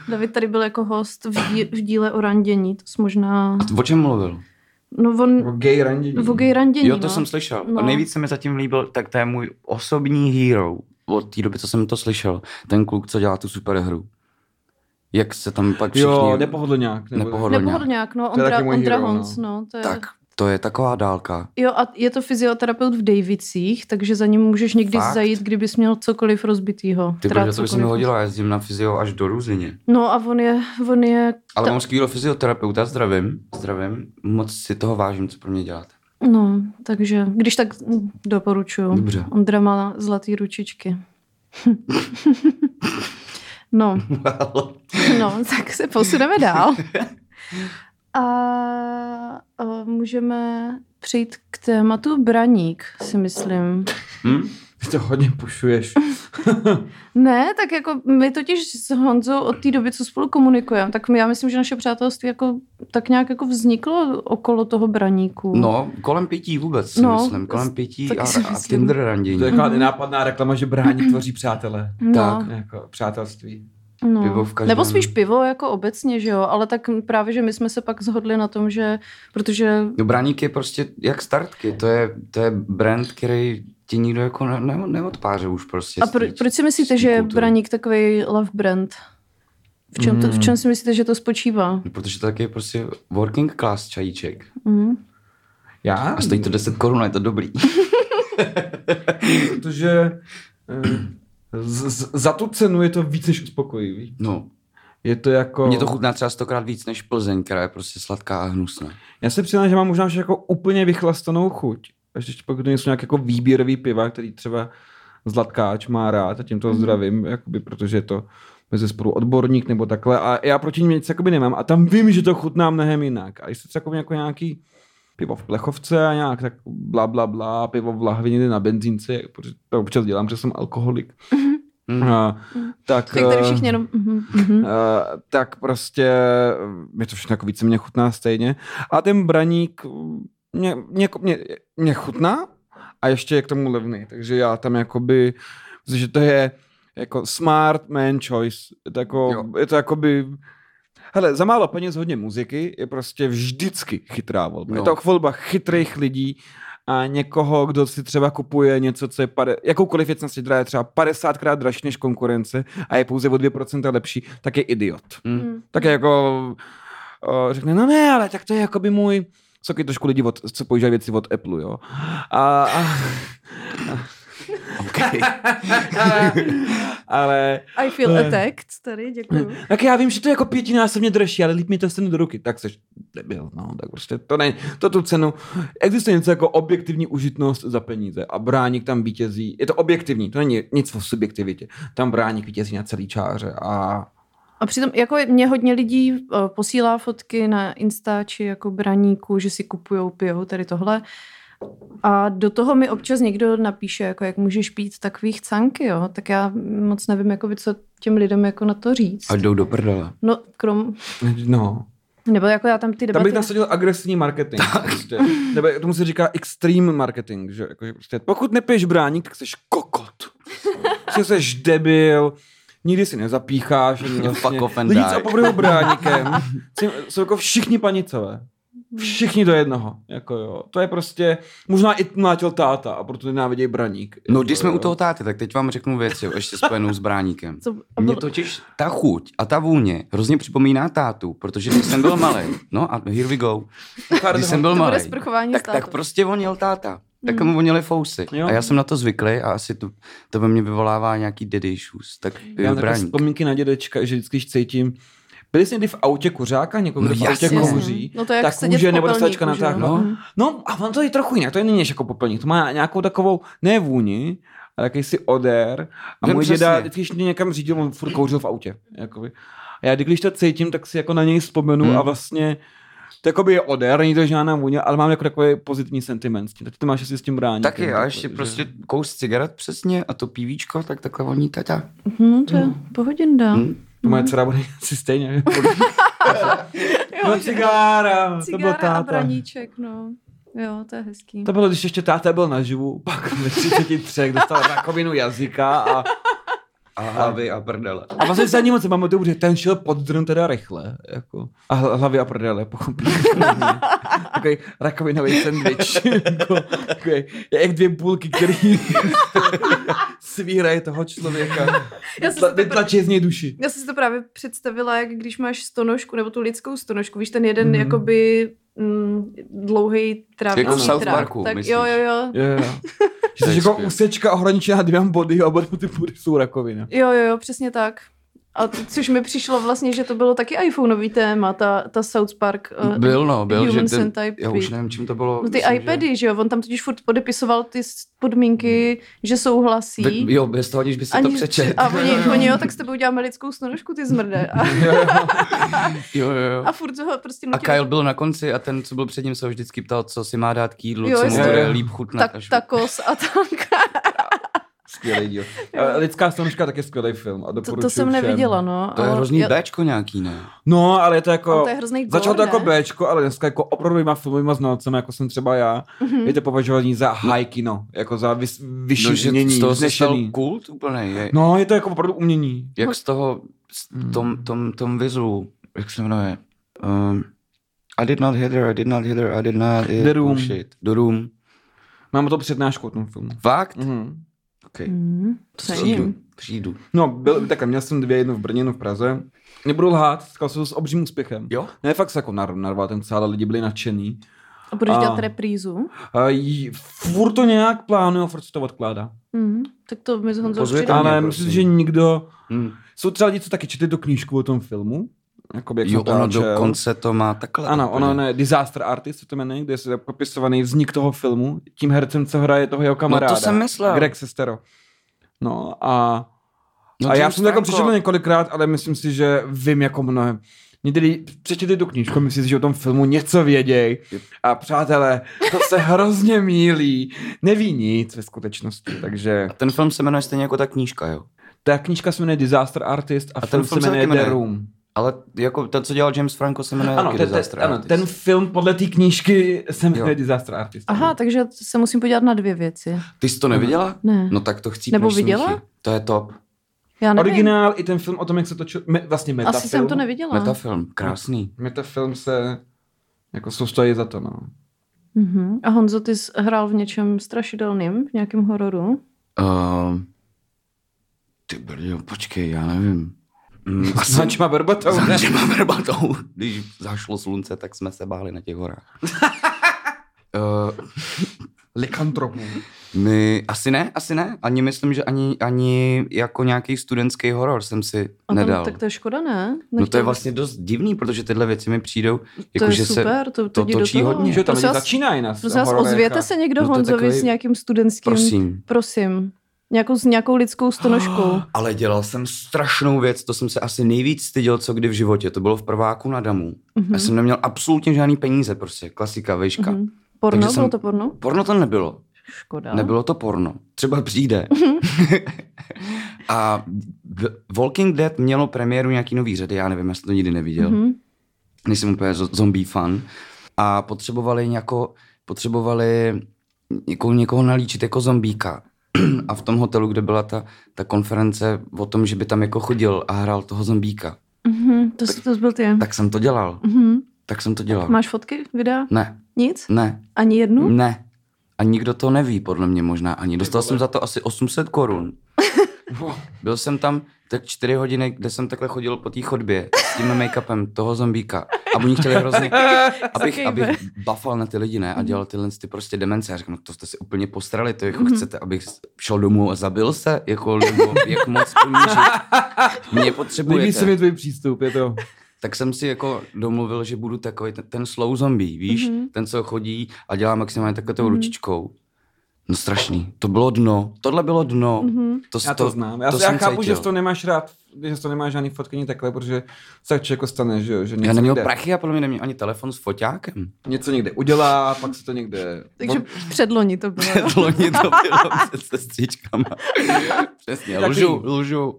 David tady byl jako host v, dí, v díle o randění, to jsi možná... O čem mluvil? No on... Jako gay randění. V gay randění, Jo, to no. jsem slyšel. No. A nejvíc se mi zatím líbil, tak to je můj osobní hero. Od té doby, co jsem to slyšel. Ten kluk, co dělá tu superhru. Jak se tam pak všichni... Jo, nepohodlňák. Nebo... Nepohodlňák. Nepohodlňák, no, To je Ondra, taky můj Ondra hero, no. Hons, no. To je... Tak, to je taková dálka. Jo, a je to fyzioterapeut v Davicích, takže za ním můžeš někdy Fakt? zajít, kdybys měl cokoliv rozbitýho. Ty Teda brdo, to by se mi cokoliv. hodilo, já jezdím na fyzio až do Ruzině. No a on je, on je, Ale Ta- mám skvělého fyzioterapeuta, zdravím, zdravím. Moc si toho vážím, co pro mě děláte. no, takže, když tak mm, doporučuju. Dobře. Ondra má zlatý ručičky. no, no, tak se posuneme dál. A, a můžeme přejít k tématu braník, si myslím. hm? Ty to hodně pušuješ. Ne, tak jako my totiž s Honzou od té doby, co spolu komunikujeme, tak my, já myslím, že naše přátelství jako tak nějak jako vzniklo okolo toho braníku. No, kolem pětí vůbec si No, myslím, kolem pětí taky a, si a myslím. Tinder To je randění. taková nenápadná reklama, že brání tvoří přátelé. no, tak. Jako přátelství. no. pivo v každém- Nebo spíš pivo jako obecně, že jo, ale tak právě, že my jsme se pak zhodli na tom, že protože No, Bráník je prostě jak startky, to je, to je brand, který ti nikdo jako ne, ne, neodpáře už prostě. a z pro, té- proč si myslíte, z té že je kultury. braník takový love brand? V čem, Hmm. to, v čem si myslíte, že to spočívá? No, Protože to taky je prostě working class čajíček. Mm. Já? A stojí Hmm. to 10 korun, a je to dobrý. Protože eh, z, z, za tu cenu je to víc než uspokojivý. No, Je to jako... mně to chutná třeba stokrát víc než Plzeň, která je prostě sladká a hnusná. Já se přiznám, že mám možná že jako úplně vychlastanou chuť. Až ještě pokud nejsou nějak jako výběrový piva, který třeba Zlatkáč má rád a tím Mhm. to zdravím, jakoby, protože je to mezi spolu odborník nebo takhle a já proti nim nic jakoby nemám a tam vím, že to chutná mnohem jinak. A když se třeba jako jako nějaký pivo v plechovce a nějak tak bla bla bla, pivo v lahvi někde na benzínce, protože to občas dělám, protože jsem alkoholik. Mm. A, tak, Mhm. Tak tady eh, všichni jenom... mhm, mhm. Uh, tak prostě eh, mi to všechno jako víceméně chutná stejně. A ten braník mm, mě, mě, mě, mě chutná a ještě je k tomu levný. Takže já tam jakoby, že to je jako smart man choice. Je to, jako, Jo. je to jakoby Hele, za málo peněz hodně muziky je prostě vždycky chytrá volba. No. No. Je to volba chytrých lidí a někoho, kdo si třeba kupuje něco, co je pade, jakoukoliv věc na světě, která je třeba 50krát dražší než konkurence a je pouze o 2% lepší, tak je idiot. Mm. Mm. Tak je jako o, řekne, no ne, ale tak to je jakoby můj jsou taky trošku lidi, od, co používají věci od Apple, jo. A, a, Okay. ale I feel Eh. attacked, tady děkuju. Tak já vím, že to je jako pětinásobně dražší, ale líp mi to stejně do ruky. Tak seš debil, no, tak prostě to ne, to tu cenu. Existuje něco jako objektivní užitnost za peníze a bráník tam vítězí. Je to objektivní, to není nic o subjektivitě. Tam bráník vítězí na celý čáře a A přitom, jako mě hodně lidí eh, posílá fotky na Insta či jako braníku, že si kupujou, pijou tady tohle. A do toho mi občas někdo napíše, jako jak můžeš pít takový chcanky, jo. Tak já moc nevím, jako by, co těm lidem jako na to říct. A jdou do prdele. No, krom... no. Nebo jako já tam ty Tam debaty... bych nasadil agresivní marketing. Prostě. Nebo tomu se říká extreme marketing. Že, jako, že prostě, pokud nepiješ bráník, tak jsi kokot. Že jsi debil, nikdy si nezapícháš. ani vlastně Fuck off and Lidi, die. co povrhu bráníkem, jsou- jsou jako všichni panicové. Hmm. Všichni do jednoho. Jako jo. To je prostě, možná i mlátil táta a proto nenávidějí braník. No, Jako když jsme jo. u toho táty, tak teď vám řeknu věc, jo, ještě spojenou s bráníkem. Co, a Mě bylo, totiž ta chuť a ta vůně hrozně připomíná tátu, protože když jsem byl malý, no a here we go, Pardon. když jsem byl to bude Hmm. malý, sprchování tak, s tátou. tak prostě vonil táta. Tak mu vonily fousy. Jo. A já jsem na to zvyklý a asi to, to ve mně vyvolává nějaký daddy issues. Tak Já jo, mám takové bráník. vzpomínky na dědečka, že vždycky když cítím, byli jsi někdy v autě kuřáka, někoho, No kdo v autě jasně. kouří, No to je jak tak sedět kůže v nebo dostačka popelníku, že jo? natáhnout. Mhm. No. no a on to je trochu jinak, to není než jako popelník, to má nějakou takovou, ne vůni, ale jakýsi odér. A Vím můj děda, No přesně. vždycky, když mě někam řídil, on furt kouřil v autě. Jakoby. A já když to cítím, tak si jako na něj vzpomenu Hmm. a vlastně to jakoby je odér, není to žádná vůně, ale mám jako takový pozitivní sentiment s tím. Tak ty máš asi s tím jako, brání. Taky a ještě prostě kous cigaret přesně a to pivíčko, tak takhle voní táta. Hm, to je Hmm. pohodinda. Hm? Moje Hmm. dcera bude asi stejně. no cigára, to byl Cigára a táta. braníček, no. Jo, to je hezký. To bylo, když ještě táta byl naživu, pak ve 33 dostal rakovinu jazyka a, A hlavy a prdele. a vlastně se ani moc nepamatuju, protože ten šel pod drn teda rychle. Jako. A hla- hlavy a prdele, pochopíš. Takový rakovinový sandwich. jako, takový, jak dvě bulky, který svírají toho člověka. Já jsem si to Vytlačí z něj duši. Já jsem si to právě představila, jak když máš stonožku, nebo tu lidskou stonožku, víš, ten jeden Mhm. mm. jakoby mm, dlouhý trávník. Jako v South trák. Parku, tak, myslíš? jo, jo, jo. Jo, jo. Že jsi jako Shakespeare. úsečka ohraničená dvěma body a oba dva ty body jsou rakovina. Jo, jo, jo, přesně tak. A t- což mi přišlo vlastně, že to bylo taky iPhoneový téma, ta, ta South Park. eh, Byl no, byl, Human že ten, Centipede. já už nevím, čím to bylo. No ty myslím, že- iPady, že... že jo, on tam totiž furt podepisoval ty s- podmínky, že souhlasí. Mhm. Tak, jo, bez toho, aniž by se to přečet. A oni, oni, jo, tak s tebou uděláme lidskou stonožku, ty zmrde. A, Jo, jo, jo. a furt ho prostě A nutili. Kyle byl na konci a ten, co byl před ním, se ho vždycky ptal, co si má dát k jídlu, Jo, co mu jestli- bude Jo, jo. líp chutnat. tak, až- takos a tanka. Skvělý díl. Eh, Lidská stonožka taky skvělý film. A To, doporučuji to jsem všem. neviděla, no. To je ale hrozný já- Bčko nějaký, ne? No, ale je to jako... Ale to je hrozný Začalo to gor, jako ne? Bčko, ale dneska jako opravdovýma filmovýma znalcema, jako jsem třeba já, Mhm. mm-hmm. je to považovaný za high kino, jako za vys, vyšší No, že umění, z toho se stal vznešený. kult úplně, je, No, je to jako opravdu umění. jak z toho, s tom, tom, tom vizu, jak se jmenuje, um, I did not hit her, I did not hit her, I did not hit The Room. Bullshit. The room. Mám o to přednášku o tom filmu. Fakt? Mm-hmm. Okay. Hmm, to Přijdu, nevím. přijdu. No, byl, takhle, měl jsem dvě, jednu v Brně, jednu v Praze. Nebudu lhát, setkal jsem se s obřím úspěchem. Jo? Ne, fakt se jako nar- narval ten sál, a lidi byli nadšený. A budeš A. dělat reprízu? A jí, furt to nějak plánuje a furt se to odkládá. Hmm, tak to mi s Honzou Pozvěte přijde. mě. Ale prosím. myslím, že nikdo... Hmm. Jsou třeba lidi, co taky četli tu knížku o tom filmu. Jakoby, jak Jo, jsem ono pláčel. dokonce to má takhle. Ano, úplně. ono ne, Disaster Artist se to jmenuje, kde je popisovaný vznik toho filmu, tím hercem, co hraje toho jeho kamaráda. No, jsem myslel. Greg Sestero. No a, No no, a já James jsem to jako Franco. přečetl několikrát, ale myslím si, že vím jako mnohem. Někdy přečtěte tu knížku, myslím si, že o tom filmu něco věděj. Yep. A přátelé, to se hrozně mílí. Neví nic ve skutečnosti, takže... A ten film se jmenuje stejně jako ta knížka, jo? Ta knížka se jmenuje Disaster Artist a, a film, se jmenuje taky The jmenuje. Room. Ale jako ten, co dělal James Franco, se jmenuje Ano, taky ten, ten, Disaster ano, Artist. ten film podle té knížky se jmenuje Jo. Disaster Artist. Aha, takže se musím podívat na dvě věci. Ty jsi to Mhm. neviděla? Ne. No tak to chci Nebo viděla? To je top. Já nevím. Originál i ten film o tom, jak se točil, me, vlastně metafilm. Asi jsem to neviděla. Metafilm, krásný. Metafilm se jako soustojí za to, no. Mhm. A Honzo, ty jsi hrál v něčem strašidelným, v nějakém hororu? Uh, ty brdio, počkej, já nevím. Mm, S Hančma Berbatou. s našima verbatou. Když zašlo slunce, tak jsme se báli na těch horách. uh, Likantropů. my, asi ne, asi ne. Ani myslím, že ani, ani jako nějaký studentský horor jsem si A nedal. Tam, tak to je škoda, ne? No to je Nechtěl- vlastně dost divný, protože tyhle věci mi přijdou, to jako je že se super, to, to, to jdi do točí toho. hodně. Že tam Prosím lidi vás- začínají na Prosím vás, hororech a- ozvěte se někdo No to je Honzovi takový- s nějakým studentským... prosím. Prosím. Nějakou, s nějakou lidskou stonožkou. Ale dělal jsem strašnou věc, to jsem se asi nejvíc styděl, co kdy v životě. To bylo v prváku na damu. Mm-hmm. Mhm. Já jsem neměl absolutně žádný peníze, prostě klasika, vejška. Mm-hmm. Mhm. Porno, Takže jsem- bylo to porno? Porno to nebylo. Škoda. Nebylo to porno. Třeba přijde. Mhm. a v- Walking Dead mělo premiéru nějaký nový řady, já nevím, já jsem to nikdy neviděl. Mhm. Mm-hmm. Nejsem úplně zo- zombie fan. A potřebovali nějako, potřebovali někoho, někoho nalíčit jako zombíka. a v tom hotelu, kde byla ta, ta konference o tom, že by tam jako chodil a hrál toho zombíka, Mhm, to, jsi- to jsi byl ty. tak jsem to dělal. Mhm. tak No. jsem to dělal. Máš No. fotky, videa? Ne, Nic? ne, Ani jednu? ne. A nikdo to neví, podle mě možná ani. Dostal jsem za to asi 800 korun. Byl jsem tam tak čtyři hodiny, kde jsem takhle chodil po té chodbě s tím make-upem toho zombíka. A oni chtěli hrozně, abych, Zakejbe. abych bafal na ty lidi, ne? A dělal tyhle ty prostě demence. Já říkám, no to jste si úplně postrali, to jako Mhm. chcete, abych šel domů a zabil se, jako, nebo jak moc pomůžu. Mě Líbí se mi potřebujete. tvůj přístup, je to... Tak jsem si jako domluvil, že budu takový ten, ten slow zombie, víš? Mhm. Ten, co chodí a dělá maximálně takhle tou Mhm. ručičkou. No strašný. To bylo dno. Tohle bylo dno. Mhm. To, Já to, znám. Já, to já jsem chápu, že cítil. že to nemáš rád, že to nemáš žádný fotky ani takhle, protože se tak jako stane, že, jo, že něco, Já neměl někde, prachy a podle mě neměl ani telefon s foťákem. něco někde udělá, pak se to někde... Takže No. předloni to bylo. jo? Loni to bylo před sestřičkama. Přesně, Takový. lžu, lžu.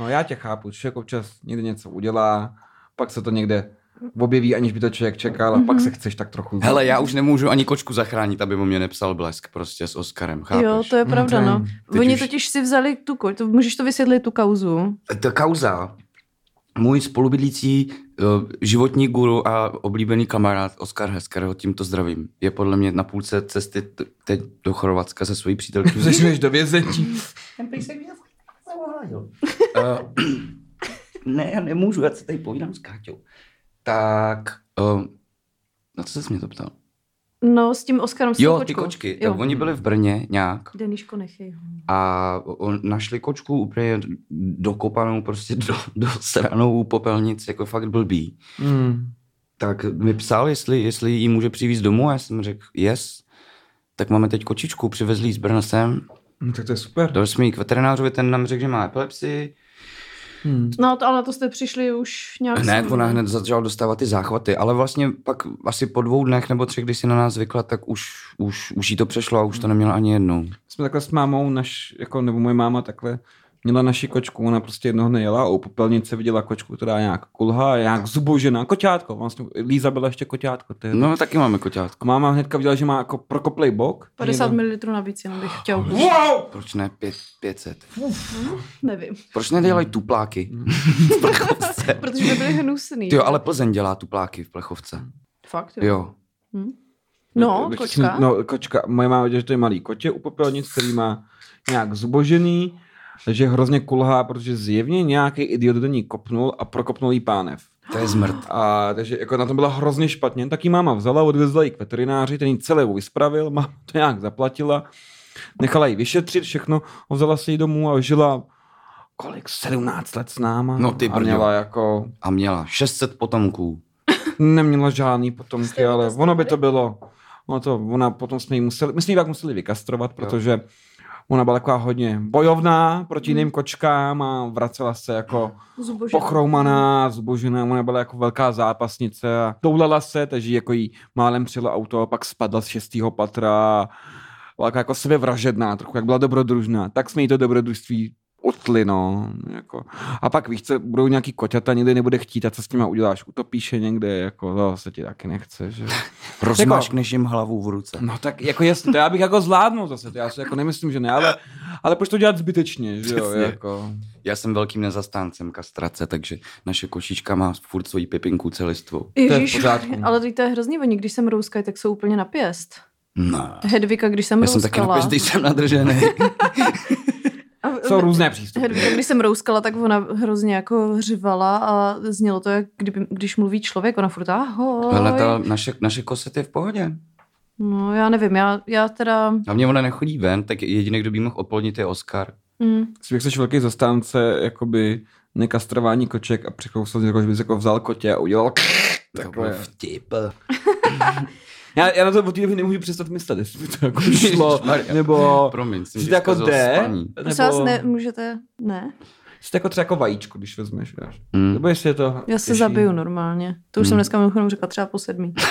No já tě chápu, člověk občas někde něco udělá, pak se to někde objeví, aniž by to člověk čekal a Mhm. pak se chceš tak trochu... Hele, já už nemůžu ani kočku zachránit, aby o mě nepsal blesk prostě s Oskarem, chápeš? Mhm. Jo, to je pravda, to je- no. teď Oni už- totiž si vzali tu, ko- to, můžeš to vysvětlit, tu kauzu. Ta kauza, můj spolubydlící eh, životní guru a oblíbený kamarád Oskar Hesker, ho tímto zdravím, je podle mě na půlce cesty t- teď do Chorvatska se svojí přítelkyní. Řešuješ do vězení. Eh, ne, já nemůžu, já se tady povídám s Káťou. Tak, uh, na co jsi mě to ptal? No, s tím Oskarem s tou Jo, ty kočkou. kočky. Jo. Tak oni byli v Brně nějak Deníško, nechej ho. a on, našli kočku úplně dokopanou prostě do, do sranou popelnic, jako fakt blbý. Hmm. Tak mi psal, jestli, jestli ji může přivízt domů a já jsem řekl yes. Tak máme teď kočičku, přivezli ji z Brna sem. No, tak to je super. Dali jsme ji k veterinářovi, ten nám řekl, že má epilepsii. Hmm. No, to, ale to jste přišli už nějak... Ne, sami. ona hned začala dostávat ty záchvaty, ale vlastně pak asi po dvou dnech nebo třech, když si na nás zvykla, tak už, už, už jí to přešlo a už to neměla ani jednou. jsme takhle s mámou, naš, jako, nebo moje máma takhle měla naši kočku, ona prostě jednoho nejela a u popelnice viděla kočku, která nějak kulhá, nějak zubožená, koťátko, vlastně Líza byla ještě koťátko. To je No, taky máme koťátko. A máma hnedka viděla, že má jako prokoplej bok. 50 Někdo- ml navíc jenom bych chtěl. Wow! Proč ne pět, 500? Nevím, Proč nedělají tupláky v plechovce? protože by byly hnusný. Ty jo, ale Plzeň dělá tupláky v plechovce. Fakt, jo. Jo. No, Tak jsem- kočka. No, kočka. Moje máma viděla, že to je malý kotě u popelnic, který má nějak zubožený, že hrozně kulhá, protože zjevně nějaký idiot do ní kopnul a prokopnul jí pánev. To je zmrt. A takže jako na tom byla hrozně špatně, tak ji máma vzala, odvezla ji k veterináři, ten ji celé vyspravil, máma to nějak zaplatila, nechala ji vyšetřit všechno, vzala si ji domů a žila kolik, 17 let s náma. No, a ty brďo. měla jako, A měla 600 potomků. neměla žádný potomky, Jste ale vůbec ono by nebyli? to bylo, ono to, ona potom jsme jí museli, my jsme ji pak museli vykastrovat, protože ona byla taková hodně bojovná proti jiným kočkám a vracela se jako Zubožený. pochroumaná, zbožená, ona byla jako velká zápasnice a toulala se, takže jí jako jí málem přijelo auto a pak spadla z šestého patra a byla jako- jako sebevražedná trochu, jak byla dobrodružná, tak jsme jí to dobrodružství utli, no, jako. A pak víš co, budou nějaký koťata, někdy nebude chtít a co s nima uděláš, utopíš je někde, jako to se ti taky nechce, že? Rozmáškneš jim hlavu v ruce. No tak jako jasně, to já bych jako zvládnul zase, to já si jako nemyslím, že ne, ale, ale proč to dělat zbytečně, že jo, Přesně. jako. Já jsem velkým nezastáncem kastrace, takže naše košíčka má furt svoji pipinku celistvou. je v Ježíš, pořádku. ale teď to je hrozný, oni když sem rouskají, tak jsou úplně na pěst. No. Hedvika, když jsem Já jsem taky rouskala... napis, když jsem nadržený. A- eh, Jsou různé přístupy. Hedvika, když jsem rouskala, tak ona hrozně jako řvala a znělo to, jak kdyby, když mluví člověk, ona furt ahoj. Ale ta naše, naše koset je v pohodě. No já nevím, já, já teda... A mě ona nechodí ven, tak jediný, kdo by jí mohl oplodnit, je Oscar. Mm, Jsi jsi velký zastánce jakoby nekastrování koček a překousal jako, že bys jako vzal kotě a udělal Tak Takhle. vtip. Já, já na to od té doby nemůžu přestat myslet, jestli mi to jako šlo, Ježišmarja. nebo Promiň, jestli jsem ti to jako jako jde, spaní. Prosím vás, nebo ne, můžete... Ne? jestli to jako třeba jako vajíčko, když vezmeš, dáš. Hmm. nebo jestli je to Já se těžší. zabiju no. normálně. To už jsem Mm. dneska mimochodem řekla třeba po sedmí.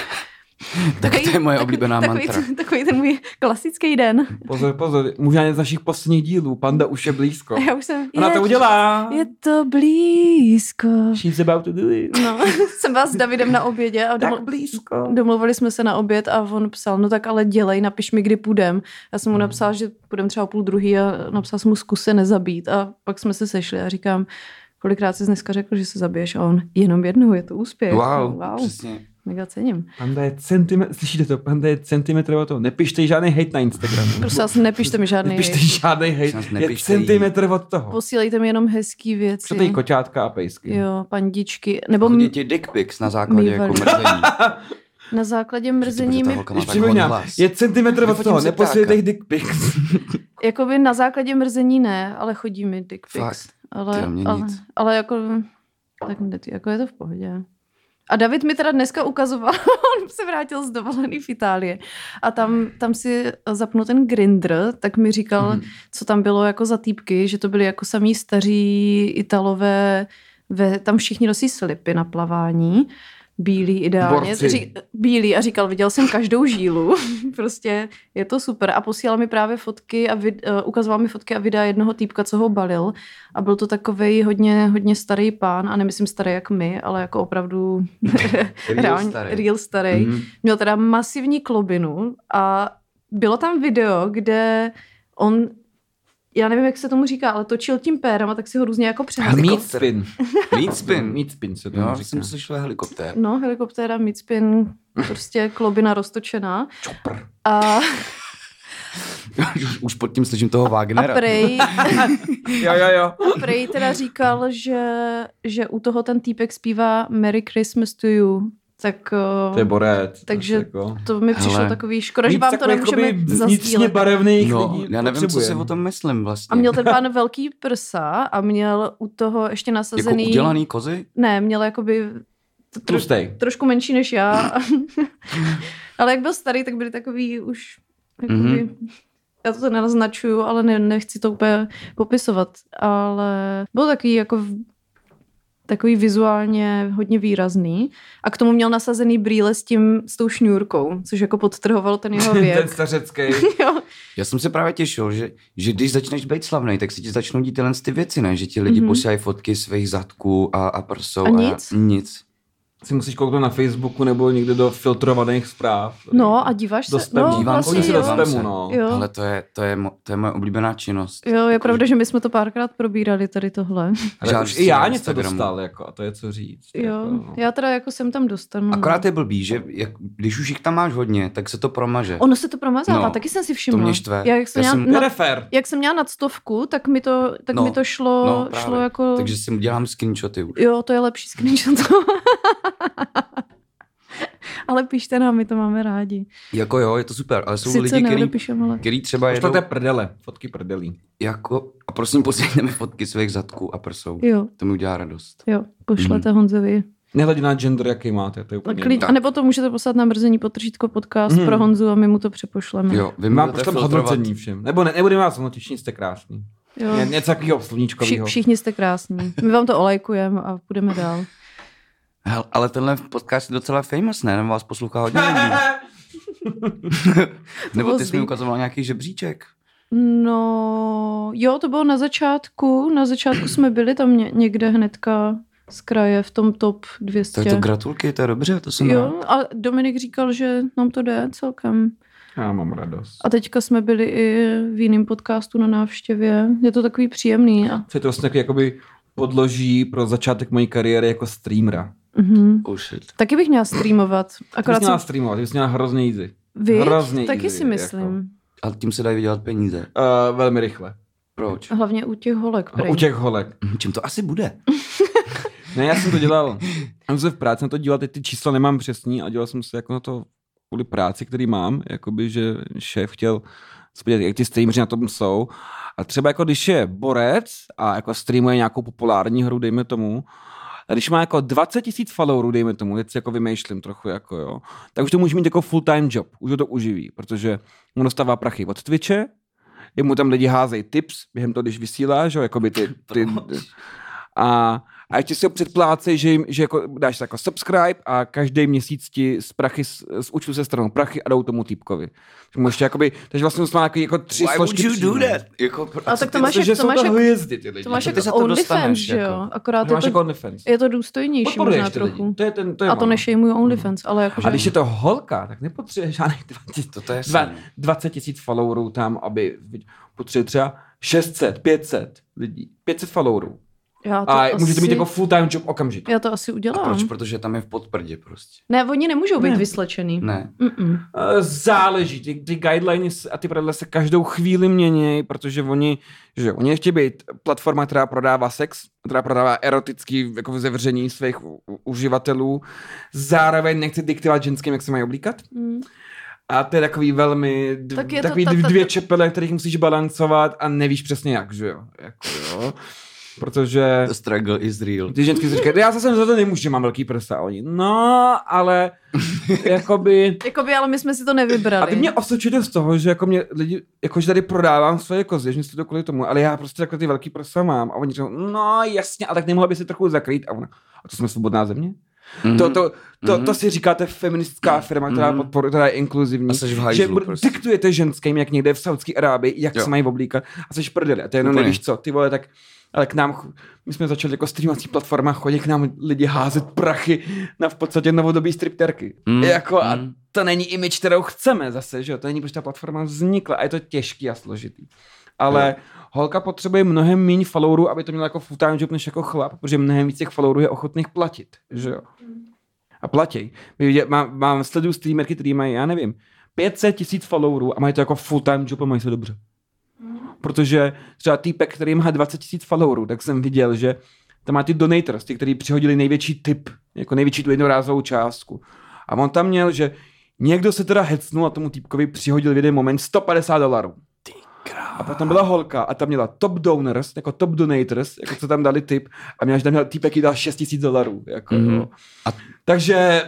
Tak to je moje oblíbená takový, mantra. Takový ten můj klasický den. Pozor, pozor, možná jeden z našich posledních dílů, panda už je blízko. A já už jsem... No. Ona je, to udělá. Je to blízko. She's about to do it. No, jsem vás s Davidem na obědě a Tak domlu- blízko. domluvili jsme se na oběd a on psal, no tak ale dělej, napiš mi, kdy půjdem. Já jsem mu Hmm. napsala, že půjdem třeba o půl druhý a napsala jsem mu, zkus se nezabít. A pak jsme se sešli a říkám, kolikrát jsi dneska řekl, že se zabiješ a on jenom jednou, je to úspěch. Wow, wow. přesně. Mega cením. Panda je centimetr, slyšíte to, panda je centimetr od toho. Nepište žádný hate na Instagramu. Prosím vás, nepište mi žádný. Nepište žádný Nás hate, je nepište centimetr od toho. Posílejte mi jenom hezký věci. Co tady koťátka a pejsky? Jo, pandičky. Nebo m- Chodí ti dick pics na základě Mývali. jako mrzení. na základě mrzení Protože ta mi, holka má Když tak hod připomínám, hlas. je centimetr od Vyfotím toho, si neposílejte ptáka. jich dick pics. jakoby na základě mrzení ne, ale chodí mi dick pics. Fakt? Ale, Ty, mně ale, nic. ale jako, tak ne, ty- jako je to v pohodě. A David mi teda dneska ukazoval, on se vrátil z dovolený v Itálii a tam, tam si zapnul ten grinder, tak mi říkal, Mhm. co tam bylo jako za týpky, že to byli jako samý staří Italové, ve, tam všichni nosí slipy na plavání, bílý ideálně. Borci. bílý a říkal, viděl jsem každou žílu, prostě je to super. A posílal mi právě fotky a vid, uh, ukazoval mi fotky a videa jednoho týpka, co ho balil. A byl to takovej hodně, hodně starý pán, a nemyslím starý jak my, ale jako opravdu Real reálně- starý. real starý. Mm-hmm. Mhm. Měl teda masivní klobinu a bylo tam video, kde on, já nevím, jak se tomu říká, ale točil tím pérem a tak si ho různě jako A přeházal. meat spin. Meat spin. Meat spin se tomu Jo, říká. jsem slyšel helikoptér. No, helikoptéra, midspin, prostě klobina roztočená. Čopr. A, Už- Už pod tím slyším toho a Wagnera. prej, Jo, jo, jo. a prej teda říkal, že, že u toho ten týpek zpívá Merry Christmas to you. Tak To je borec. Takže- Jako... to mi přišlo Hele. takový škoda, že Víc vám to takových nemůžeme jakoby vnitřně zazdílet. barevných No, lidí já nevím, co si potřebujeme. o tom myslím vlastně. A měl ten pán velký prsa a měl u toho ještě jako nasazený... udělaný kozy? Ne, měl jakoby t- tro, Tlustej. trošku menší než já. ale jak byl starý, tak byli takový už... Jakoby, Mhm. mm-hmm. Já to nenaznačuju, ale ne, nechci to úplně popisovat. Ale byl takový jako v- takový vizuálně hodně výrazný a k tomu měl nasazený brýle s tím, s tou šňůrkou, což jako podtrhovalo ten jeho ten věk. stařecký. jo. Já jsem se právě těšil, že, že když začneš být slavný, tak se ti začnou dít tyhle ty věci, ne? Že ti lidi Mhm. mm-hmm. posílají fotky svých zadků a, a prsou. A nic? A nic. si musíš kouknout na Facebooku nebo někde do filtrovaných zpráv. No a díváš Do se... spamu. No, Dívám vlastně, Koukni se do jo. dívám spamu, no. Jo. Ale to je, to, je, mo- to je moje oblíbená činnost. Jo, je Jako, pravda, že my jsme to párkrát probírali tady tohle. Ale už Žádný i já na něco Instagramu. dostal, jako, a to je co říct. Jo, Jako, no. já teda jako sem tam dostanu. Akorát je blbý, že jak, když už jich tam máš hodně, tak se to promaže. Ono se to promazává, no, No, taky jsem si všimla. mě štve. Já, jak, jsem Já měla, jsem- To na, je nefér. jak jsem měla nad stovku, tak mi to, tak No, mi to šlo, no, právě. šlo jako... Takže si dělám screenshoty už. Jo, to je lepší screenshot. ale pište nám, my to máme rádi. Jako jo, je to super, ale jsou Sice lidi, který, neodepíšem, ale... který třeba jedou Pošlete prdele, fotky prdelí. jako... A prosím, posílejte mi fotky svých zadků a prsou. Jo, To mi udělá radost. jo, pošlete mm. Mhm. Honzovi. Nehledě na gender, jaký máte, to je úplně Klid, jedno. a nebo to můžete poslat na mrzení potržítko podcast Mm. pro Honzu a my mu to přepošleme. Mhm. Jo, vy mi Mám budete pošlem filtrovat. hodnocení všem. Nebo ne, nebudeme vás hodnotit, všichni jste krásný. jo. Ně- Něco takového Vši, sluníčkového. všichni jste krásní. My vám to olajkujeme a půjdeme dál. Hel, ale tenhle podcast je docela famous, ne? Nebo vás poslouchá hodně lidí. Nebo ty jsi zlý. mi ukazoval nějaký žebříček. No, jo, to bylo na začátku. Na začátku jsme byli tam ně, někde hnedka z kraje v tom top 200. To je to gratulky, to je dobře, to jsem rád. jo, a Dominik říkal, že nám to jde celkem. Já mám radost. A teďka jsme byli i v jiném podcastu na návštěvě. Je to takový příjemný. A... Co je to vlastně takový jakoby podloží pro začátek mojí kariéry jako streamera. Mhm. Oh shit. Taky bych měla streamovat. Ty bys Akorát měla jsem... streamovat, ty bys měla hrozně easy. Vy? hrozně Taky easy, jako- si myslím. A tím se dají vydělat peníze. Uh, velmi rychle. Proč? Hlavně u těch holek. Prej. U těch holek. Hm, Čím to asi bude? Ne, já jsem to dělal. Já jsem se v práci na to díval, teď ty čísla nemám přesný a dělal jsem se jako na to kvůli práci, který mám, jakoby, že šéf chtěl spodívat, jak ty streameři na tom jsou. A třeba jako když je borec a jako streamuje nějakou populární hru, dejme tomu, a když má jako 20 tisíc followerů, dejme tomu, teď si jako vymýšlím trochu, jako jo, tak už to může mít jako full-time job, už ho to uživí, protože mu dostává prachy od Twitche, jemu tam lidi házejí tips během toho, když vysílá, že jo, jakoby ty, ty, Proč? a, a ještě si ho předplácej, že, jim, že jako dáš jako subscribe a každý měsíc ti z prachy, z, z účtu se stranou prachy a jdou tomu týpkovi. Takže mu ještě jakoby, takže vlastně jsme jako, jako tři Why would složky you do příjmů. that? Jako, pro- A co tak ty- to máš, jak- Protože to jsou máš, to jak- hvězdy ty lidi. to máš ty jako za to OnlyFans, dostaneš, že jo? jako. Akorát to máš je jako to, OnlyFans. je to důstojnější možná Podporuješ ty trochu. lidi. To je ten, to je A to ono. Mhm. nešejmuju OnlyFans, ale jakože... A když je to holka, tak nepotřebuješ žádných 20 To, to je dva- jasný. 20 tisíc followerů tam, aby potřebuje třeba 600, 500 lidí, 500 followerů. Já to A asi, můžete mít jako full-time job okamžitě. Já to asi A udělám. proč? Protože tam je v podprdě prostě. Ne, oni nemůžou být Ne. vyslečený. Ne. Mm-mm. Eh, Záleží, ty, ty guidelines a ty pravidla se každou chvíli mění, protože oni, že jo, oni chtějí být platforma, která prodává sex, která prodává erotický jako zevření svých u- u- uživatelů, zároveň nechce diktovat ženským, jak se mají oblíkat. Mm. A to je takový velmi, dv, Tak tak je to takový ta- to, ta- dvě ta- čepele, kterých musíš balancovat a nevíš přesně jak, že jo. Jako, jo. Protože... The struggle is real. Ty ženský si říkají, já zase za to nemůžu, že mám velký prsa. A oni, no, ale jakoby... Jakoby, ale my jsme si to nevybrali. A vy mě osočíte z toho, že jako mě lidi, jako že tady prodávám svoje kozy, že mě to kvůli tomu, ale já prostě takhle ty velký prsa mám. A oni říkají, no jasně, a tak nemohla by si trochu zakrýt. A ona, a to jsme svobodná země? Mhm. To, to, to, to Mhm. si říkáte feministická firma, která Mhm. podporuje, která je inkluzivní. A seš v že hajzlu bude- prostě. diktujete ženským, jak někde v Saudské Arábii, jak Jo. se mají oblíkat a seš prdele. A to jenom Úplně. nevíš co, ty vole, tak ale k nám, ch- my jsme začali jako streamovací platforma, chodí k nám lidi házet prachy na v podstatě novodobí stripterky. Mm, Jako a mm. to není image, kterou chceme zase, že jo? To není, proč ta platforma vznikla a je to těžký a složitý. Ale Jo. holka potřebuje mnohem méně followerů, aby to měla jako full-time job než jako chlap, protože mnohem víc těch followerů je ochotných platit, že jo? A platí. My vidě- Mám, mám sledu streamerky, který mají, já nevím, 500 tisíc followerů a mají to jako full-time job a mají se dobře. Protože třeba týpek, který má 20 tisíc followerů, tak jsem viděl, že tam má ty donators, ty, kteří přihodili největší tip, jako největší tu jednorázovou částku. A on tam měl, že někdo se teda hecnul a tomu týpkovi přihodil v jeden moment 150 dolarů. A potom byla holka a tam měla top donors, jako top donators, jako co tam dali tip, a měla, že tam měl týpek jí dal 6 tisíc dolarů. Jako, Mhm. mm. A- Takže...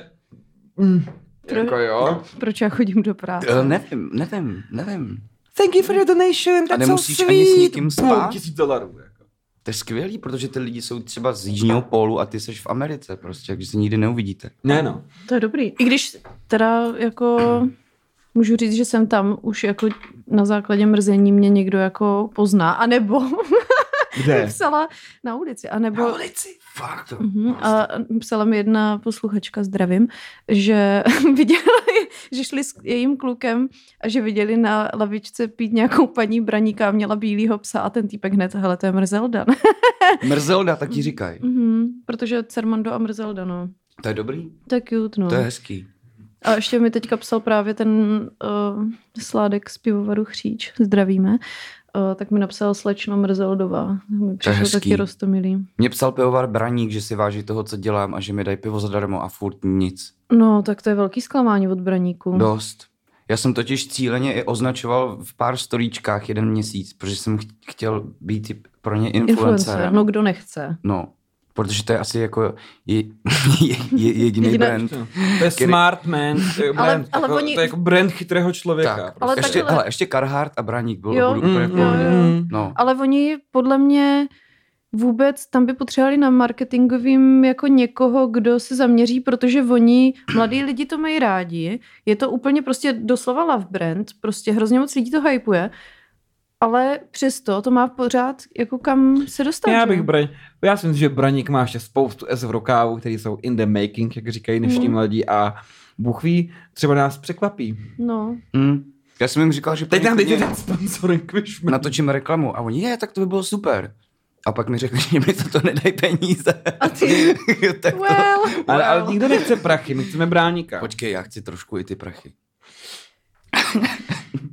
Mm, Pro- jako jo. Proč já chodím do práce? Eh, Nevím, nevím, nevím. Thank you for your donation, that's nemusíš so sweet. ani s nikým spát? Půl tisíc dolarů. Jako. To je skvělý, protože ty lidi jsou třeba z jižního pólu a ty seš v Americe prostě, takže se nikdy neuvidíte. Ne no. To je dobrý. I když teda jako můžu říct, že jsem tam už jako na základě mrzení mě někdo jako pozná, anebo Kde? psala na ulici, anebo... Na ulici? Fakt. prostě. Mhm, A psala mi jedna posluchačka, zdravím, že viděli, že šli s jejím klukem a že viděli na lavičce pít nějakou paní braníka a měla bílýho psa a ten týpek hned, hele, to je Mrzelda. Mrzelda, tak ti říkají. Mhm, Protože Cermando a Mrzelda, no. To je dobrý, To je cute, no. to je hezký. A ještě mi teďka psal právě ten uh, sládek z pivovaru Chříč, zdravíme, uh, tak mi napsal slečno Mrzeldová. Mi přišlo hezký. taky rostomilý. Mě psal pivovar Braník, že si váží toho, co dělám a že mi dají pivo zadarmo a furt nic. No, tak to je velký zklamání od braníků. Dost. Já jsem totiž cíleně i označoval v pár storíčkách jeden měsíc, protože jsem ch- chtěl být pro ně Influencer, influencerem. no kdo nechce. no. Protože to je asi jako je, je, je, jediný Jediná- brand. To je Který- smart man. To je brand, Ale- ale jako, oni- to je jako brand chytrého člověka. prostě. Tak, Ale Mm, ještě, takhle- hele, ještě Carhartt a Braník bylo Jo, budu úplně v jo, pohodě. jo. No, Ale oni podle mě vůbec tam by potřebovali na marketingovým jako někoho, kdo se zaměří, protože oni, mladí lidi to mají rádi, je to úplně prostě doslova love brand, prostě hrozně moc lidí to hypuje, ale přesto to má pořád jako kam se dostat. no. Já že? bych braň, já si myslím, že Braník má ještě spoustu S v rukávu, který jsou in the making, jak říkají dnešní Mhm. mladí a Bůh ví, třeba nás překvapí. No, mm. Já jsem jim říkal, že Teď nám poněkud dejte mě- ten sponsoring, vyšme. natočím reklamu. A oni, je, tak to by bylo super. A pak mi řekli, že mi toto nedají peníze. a ty, tak to... well, Ale, ale nikdo nechce prachy, my chceme bráníka. Počkej, já chci trošku i ty prachy.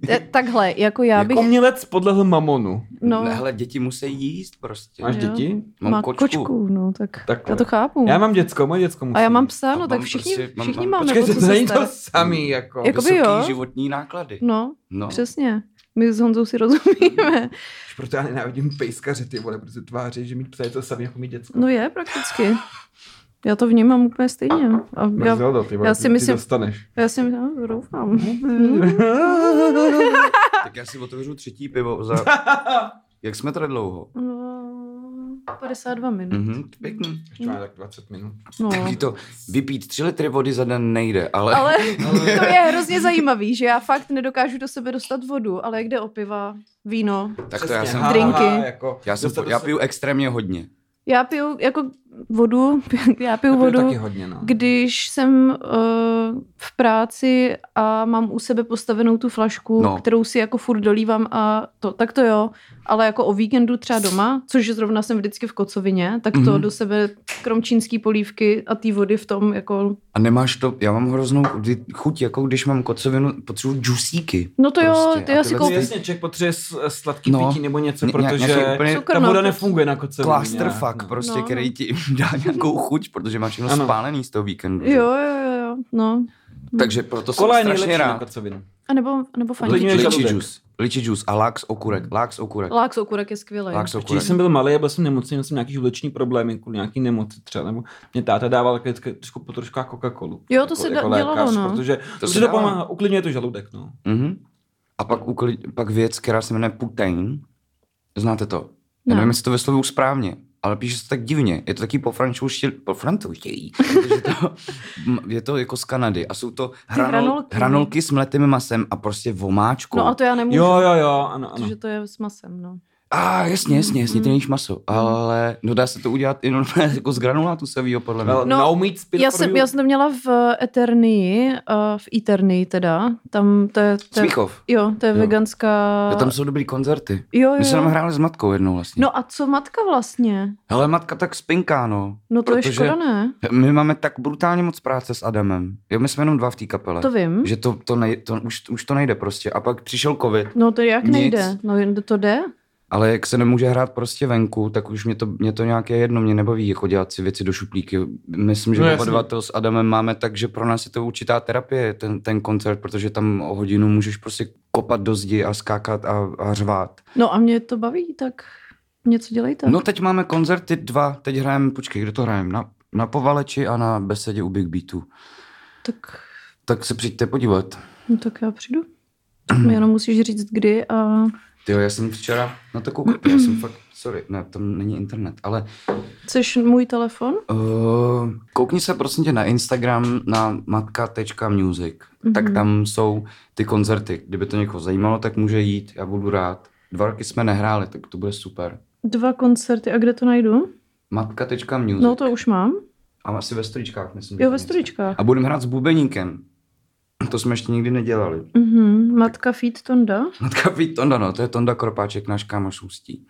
Te- takhle, jako já Jako bych, Umělec podlehl mamonu. no, Ne, Hele, děti musí jíst prostě. Máš Jo. děti? Mám má kočku. kočku, no, tak Takhle. já to chápu. Já mám děcko, moje děcko musí. a já mám jíst. psa, A no, tak mám všichni, prostě- mám- všichni mám- máme Počkej, o to, co to se není to starat. samý, jako. Jako- Jakoby Vysoký jo. životní náklady. No, no. Přesně. My s Honzou si rozumíme. Proto já nenávidím pejskaře, ty vole, protože tváří, že mít psa je to samý, jako mít děcko. No je prakticky. Já to vnímám úplně stejně. A já, Mrzelo, ty vole, já si ty- myslím- Mm. Ty dostaneš. já si já doufám. Tak já si otevřu třetí pivo za... Jak jsme tady dlouho? No, 52 minut. Mhm, pěkný. Ještě máme tak 20 minut. No. Takový to vypít tři litry vody za den nejde, ale... Ale to je hrozně zajímavý, že já fakt nedokážu do sebe dostat vodu, ale jak jde o piva, víno. tak to já Přesně, jsem... ha, ha, no. Drinky. Jako, Já, jsem, dostat já se- piju extrémně hodně. Já piju, jako vodu, já piju To je vodu, taky hodně, no. když jsem uh, v práci a mám u sebe postavenou tu flašku, No. no. kterou si jako furt dolívám a to, tak to jo. Ale jako o víkendu třeba doma, což zrovna jsem vždycky v kocovině, tak to Mhm. mm-hmm. do sebe krom čínský polívky a té vody v tom jako... A nemáš to, já mám hroznou kdy- chuť, jako když mám kocovinu, potřebuji džusíky. No to prostě, Prostě, jo, ty a já si No tyhle koupí- koupím. jasně, člověk potřebuje s- sladký No. no, pití nebo něco, Ně- nějak- protože nějaký úplně ta Cukr, voda no, nefunguje na kocovině. Clusterfuck prostě, No, no. který ti dá nějakou chuť, protože máš všechno Ano. spálený z toho víkendu. že? Jo, jo, jo, no. Takže proto jsem Kola je nejlepší strašně na rád. kocovinu. A nebo, nebo Uklidňuje fandíček. žaludek. Liči džus. Liči džus a lax okurek. Lax No, okurek. Láx okurek je skvělý. Lax Když okurek. jsem byl malý a byl jsem nemocný, měl jsem nějaký žludeční problémy kvůli nějaký nemoci třeba, nebo mě táta dával také také trošku po trošku jako Coca-Colu. jako Jo, to se da- dělalo, no. Protože to, se se to dává. pomáhá, uklidňuje to žaludek, no. Mhm. A pak, ukli- pak věc, která se jmenuje putain. Znáte to? Já Ne. nevím, jestli to vyslovuju správně, ale píše se to tak divně. Je to taky po francouzštěji. Po francouzštěji. protože to- m- je to jako z Kanady. A jsou to hranol- hranolky, no. hranolky s mletým masem a prostě vomáčkou. No a to já nemůžu, Jo, jo, jo, ano, ano. protože to je s masem, no. A jasně, jasně, jasně, ty nejíš maso. Mm. Ale no dá se to udělat i normálně jako z granulátu sevýho, podle mě. Well, No, no meat spit Já for jsem, you. já jsem to měla v Eternii, eh, v Eternii teda, tam to je, to je Smíchov. jo, to je Jo. veganská, A... Tam jsou dobrý koncerty. jo, My jsme tam jo. hráli s matkou jednou vlastně. No a co matka vlastně? Hele, matka tak spinká, no. No to Protože- je škoda, ne? My máme tak brutálně moc práce s Adamem. Jo, my jsme jenom dva v té kapele. To vím. Že to, to, nej, to už, už to nejde prostě. A pak přišel covid, No to jak Nic. nejde? No jen to jde? ale jak se nemůže hrát prostě venku, tak už mě to, mě to nějaké jedno, mě nebaví jako dělat si věci do šuplíky. Myslím, že No, no, jasně. oba dva to s Adamem máme tak, že pro nás je to určitá terapie, ten, ten koncert, protože tam o hodinu můžeš prostě kopat do zdi a skákat a, a řvát. No a mě to baví, tak něco dělejte. No teď máme koncerty dva, teď hrajeme, počkej, kde to hrajeme? Na, na Povaleči a na Besedě u Big Beatu. Tak, Tak se přijďte podívat. no tak já přijdu. Mi jenom musíš říct kdy a Ty já jsem včera na to koukal, já jsem fakt, sorry, ne, tam není internet, ale chceš můj telefon? uh, koukni se prosím tě na Instagram na matka.music, mm-hmm. tak Mhm. tam jsou ty koncerty, kdyby to někoho zajímalo, tak může jít, já budu rád. Dva roky jsme nehráli, tak to bude super. Dva koncerty a kde to najdu? Matka.music. No to už mám. A asi ve storičkách, myslím. že Jo, to ve něco. storičkách. A budeme hrát s bubeníkem. To jsme ještě nikdy nedělali. Mhm. Matka Feed Tonda, Matka ví Tonda, no, to je Tonda Kropáček, náš kámoš ústí.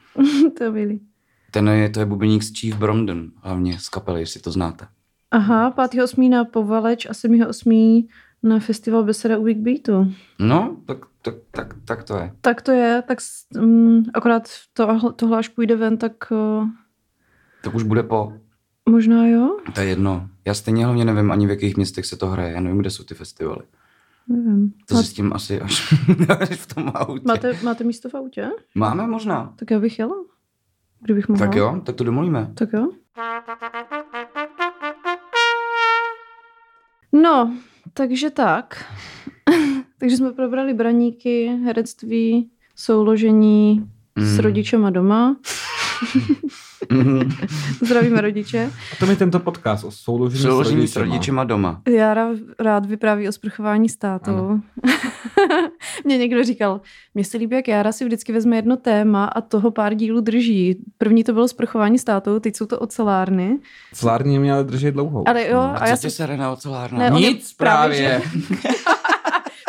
to je milý. Ten je, to je bubeník z Chief Bromden, hlavně z kapely, jestli to znáte. Hmm. Aha, 5.8. na Povaleč a 7.8. na festival Beseda u Big Beatu. No, tak, tak, tak, tak to je. Tak to je, tak s- mm, akorát to, tohle až půjde ven, tak uh, Tak už bude po. možná jo? To je jedno. Já stejně hlavně nevím ani v jakých městech se to hraje. Já nevím, kde jsou ty festivaly. Nevím. To Má- si s tím asi až až v tom autě. No. Máte, máte místo v autě? Máme možná. Tak já bych jela, kdybych mohla. Tak jo, tak to domluvíme. Tak jo. No, takže tak. takže jsme probrali braníky, herectví, souložení s Mm. rodičema doma. Mhm. Zdravíme rodiče. A to mi tento podcast o souložení, Přeložení s rodičema doma. Jára rád vypráví o sprchování s tátou. Ano. Mně někdo říkal, mně se líbí, jak Jára si vždycky vezme jedno téma a toho pár dílů drží. První to bylo sprchování s tátou, teď jsou to ocelárny. Celární mě ale drží dlouho. No. Ale jo, a, A já co si tě sere na ocelárna? Ne, on je Nic právě, právě.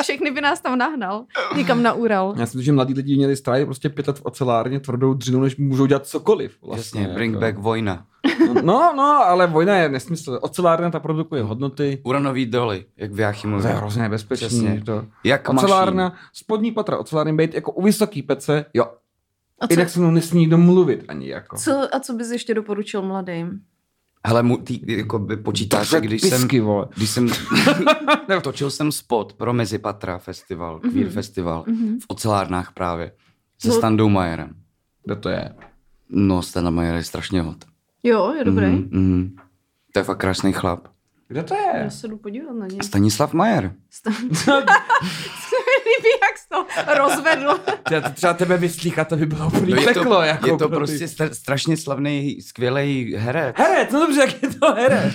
všechny by nás tam nahnal, někam na Ural. Já si myslím, že mladí lidi měli strávit prostě pět let v ocelárně tvrdou dřinou, než můžou dělat cokoliv. Vlastně, Jasně, bring jako. back vojna. No, no, ale vojna je nesmysl. Ocelárna ta produkuje hodnoty. Uranový doly, jak v To je Jáchymově. hrozně nebezpečné. Přesně. To. Jak Ocelárna, mašín. spodní patra ocelárny být jako u vysoký pece, jo. A co, Jinak se mnou nesmí nikdo mluvit ani jako. co, a co bys ještě doporučil mladým? Hele, mu, ty, jako by počítáš, Držet když jsem... pisky, vole. Když jsem točil jsem spot pro Mezipatra festival, Queer festival, v ocelárnách právě, se Mhm. No. Standou Majerem. Kde to je? No, Standa Majer je strašně hot. Jo, je dobrý. Mhm, mhm. To je fakt krásný chlap. Kde to je? Já se jdu podívat na ně. Stanislav Majer. Stav... Líbí, jak jsi to rozvedl. Já to třeba tebe vyslíchat, to by bylo úplný No, je peklo. to, jako je to pro ty- prostě stra- strašně slavný, skvělý herec. Herec, no dobře, jak je to herec.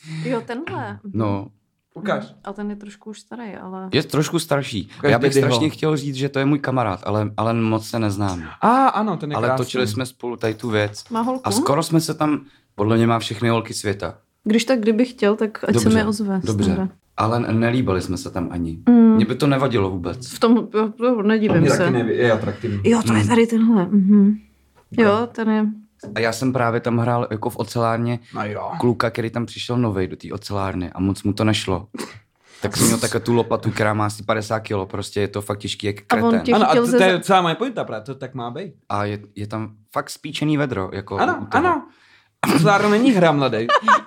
Jo, tenhle. No, Ukaž. A ten je trošku už starý, ale... je trošku starší. Každý Já bych Dyho. strašně chtěl říct, že to je můj kamarád, ale, ale moc se neznám. A ah, ano, ten je Ale krásný. točili jsme spolu tady tu věc. Má holku? A skoro jsme se tam, Podle mě má všechny holky světa. Když tak, kdyby chtěl, tak ať Dobře, se mi ozve. Dobře. Snada. Ale nelíbali jsme se tam ani. Mm. Mně by to nevadilo vůbec. V tom, jo, jo, nedivím Je se. taky nevě, je atraktivní. Jo, to je Mm. tady tenhle. Mhm. Jo, ten je. A já jsem právě tam hrál jako v ocelárně No jo. kluka, který tam přišel novej do té ocelárny a moc mu to nešlo. Tak jsem měl takhle tu lopatu, která má asi 50 kilo, prostě je to fakt těžký jak A on kreten. tě- A, Ano, a Chytil to, ze- to je docela moje pointa, právě, to tak má být. a je, je, tam fakt spíčený vedro. Jako u Ano, toho. ano. Slárno není hra, mladý.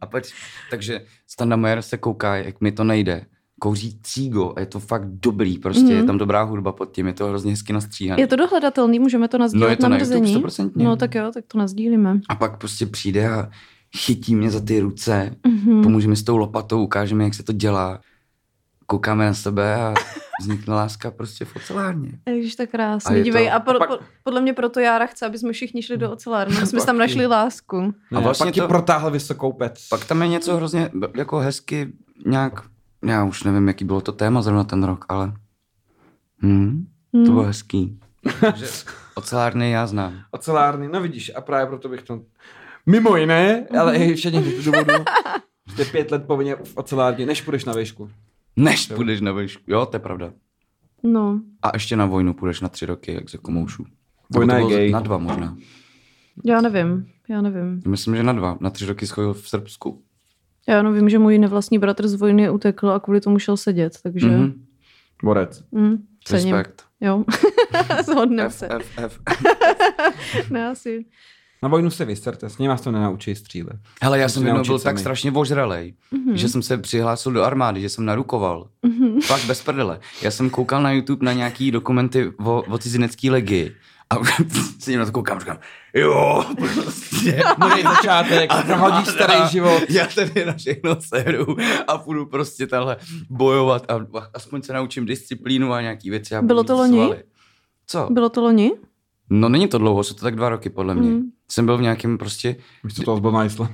A pojď, takže Standa Majer se kouká, jak mi to nejde. Kouří cígo a je to fakt dobrý, prostě Mhm. je tam dobrá hudba pod tím, je to hrozně hezky nastříhané. Je to dohledatelný, můžeme to nazdílet No je to na na YouTube mrzení. 100%. no tak jo, tak to nazdílíme. A pak prostě přijde a chytí mě za ty ruce, Mhm. pomůže mi s tou lopatou, ukáže mi, jak se to dělá. Koukáme na sebe a vznikne láska prostě v ocelárně. Ježiš, tak A Mm. krásný. je Dívej, to- a pro, pak- po, podle mě proto Jára chce, aby jsme všichni šli do ocelárny, aby jsme Pak tam našli jo. lásku. Ne, a vlastně pak ti to- protáhl vysokou pec. Pak tam je něco hrozně jako hezky nějak, já už nevím, jaký bylo to téma zrovna ten rok, ale hm, to bylo Hmm. hezký. Takže ocelárny já znám. Ocelárny, no vidíš, a právě proto bych to... Mimo jiné, Mhm. ale i všechny ty důvodů, jste pět let povinně v ocelárně, než půjdeš na výšku. Než Jo. půjdeš na výšku. Jo, to je pravda. No, A ještě na vojnu půjdeš na tři roky, jak se komoušů. Vojna je gay. Na dva možná. já nevím, já nevím. Myslím, že na dva. Na tři roky schodil v Srbsku. Já jenom vím, že můj nevlastní bratr z vojny utekl a kvůli tomu šel sedět, takže... Mm-hmm. Mhm. Borec. Mm, cením. Respekt. Jo, zhodneme F, se. F, F. Ne, asi. Na vojnu se vyserte, s ním vás to nenaučí střílet. Hele, já Musíš jsem jednou naučit byl sami. tak strašně ožralej, Mhm. že jsem se přihlásil do armády, že jsem narukoval. Mhm. Fakt bez prdele. Já jsem koukal na YouTube na nějaký dokumenty o, o cizinecký legii. A se jim na to koukám, říkám, jo, prostě. Můj začátek, prohodíš starý život. Já tady na všechno seru a půjdu prostě tahle bojovat a a- aspoň se naučím disciplínu a nějaký věci. A Bylo budu to loni? svaly. Co? Bylo to loni? No není to dlouho, jsou to tak dva roky podle mě. Mm. Jsem byl v nějakém prostě, Místo toho zbyl na Island.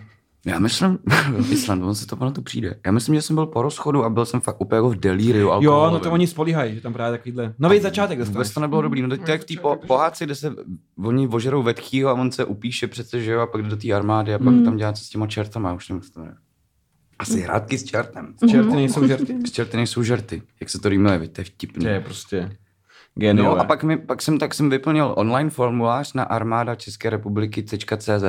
já myslím, Island, on se to na to přijde. Já myslím, že jsem byl po rozchodu a byl jsem fakt úplně jako v delíriu Jo, alkoholovém. no to oni spolíhají, že tam právě takovýhle. Nový začátek Vůbec dostaneš. to nebylo dobrý. No teď to je jak v té po, pohádce, kde se oni ožerou vetchýho a on se upíše přece, že jo, a pak jde do té armády a pak Mm. tam dělá co s těma čertama, já už nevím, jak se to jmenuje. Asi hrátky s čertem. Čerty nejsou žerty. S čerty nejsou žerty, jak se to rýmuje, víte, to je vtipný. To Mhm. je prostě No geniové. a pak, mi, pak, jsem, tak jsem vyplnil online formulář na armáda České republiky .cz.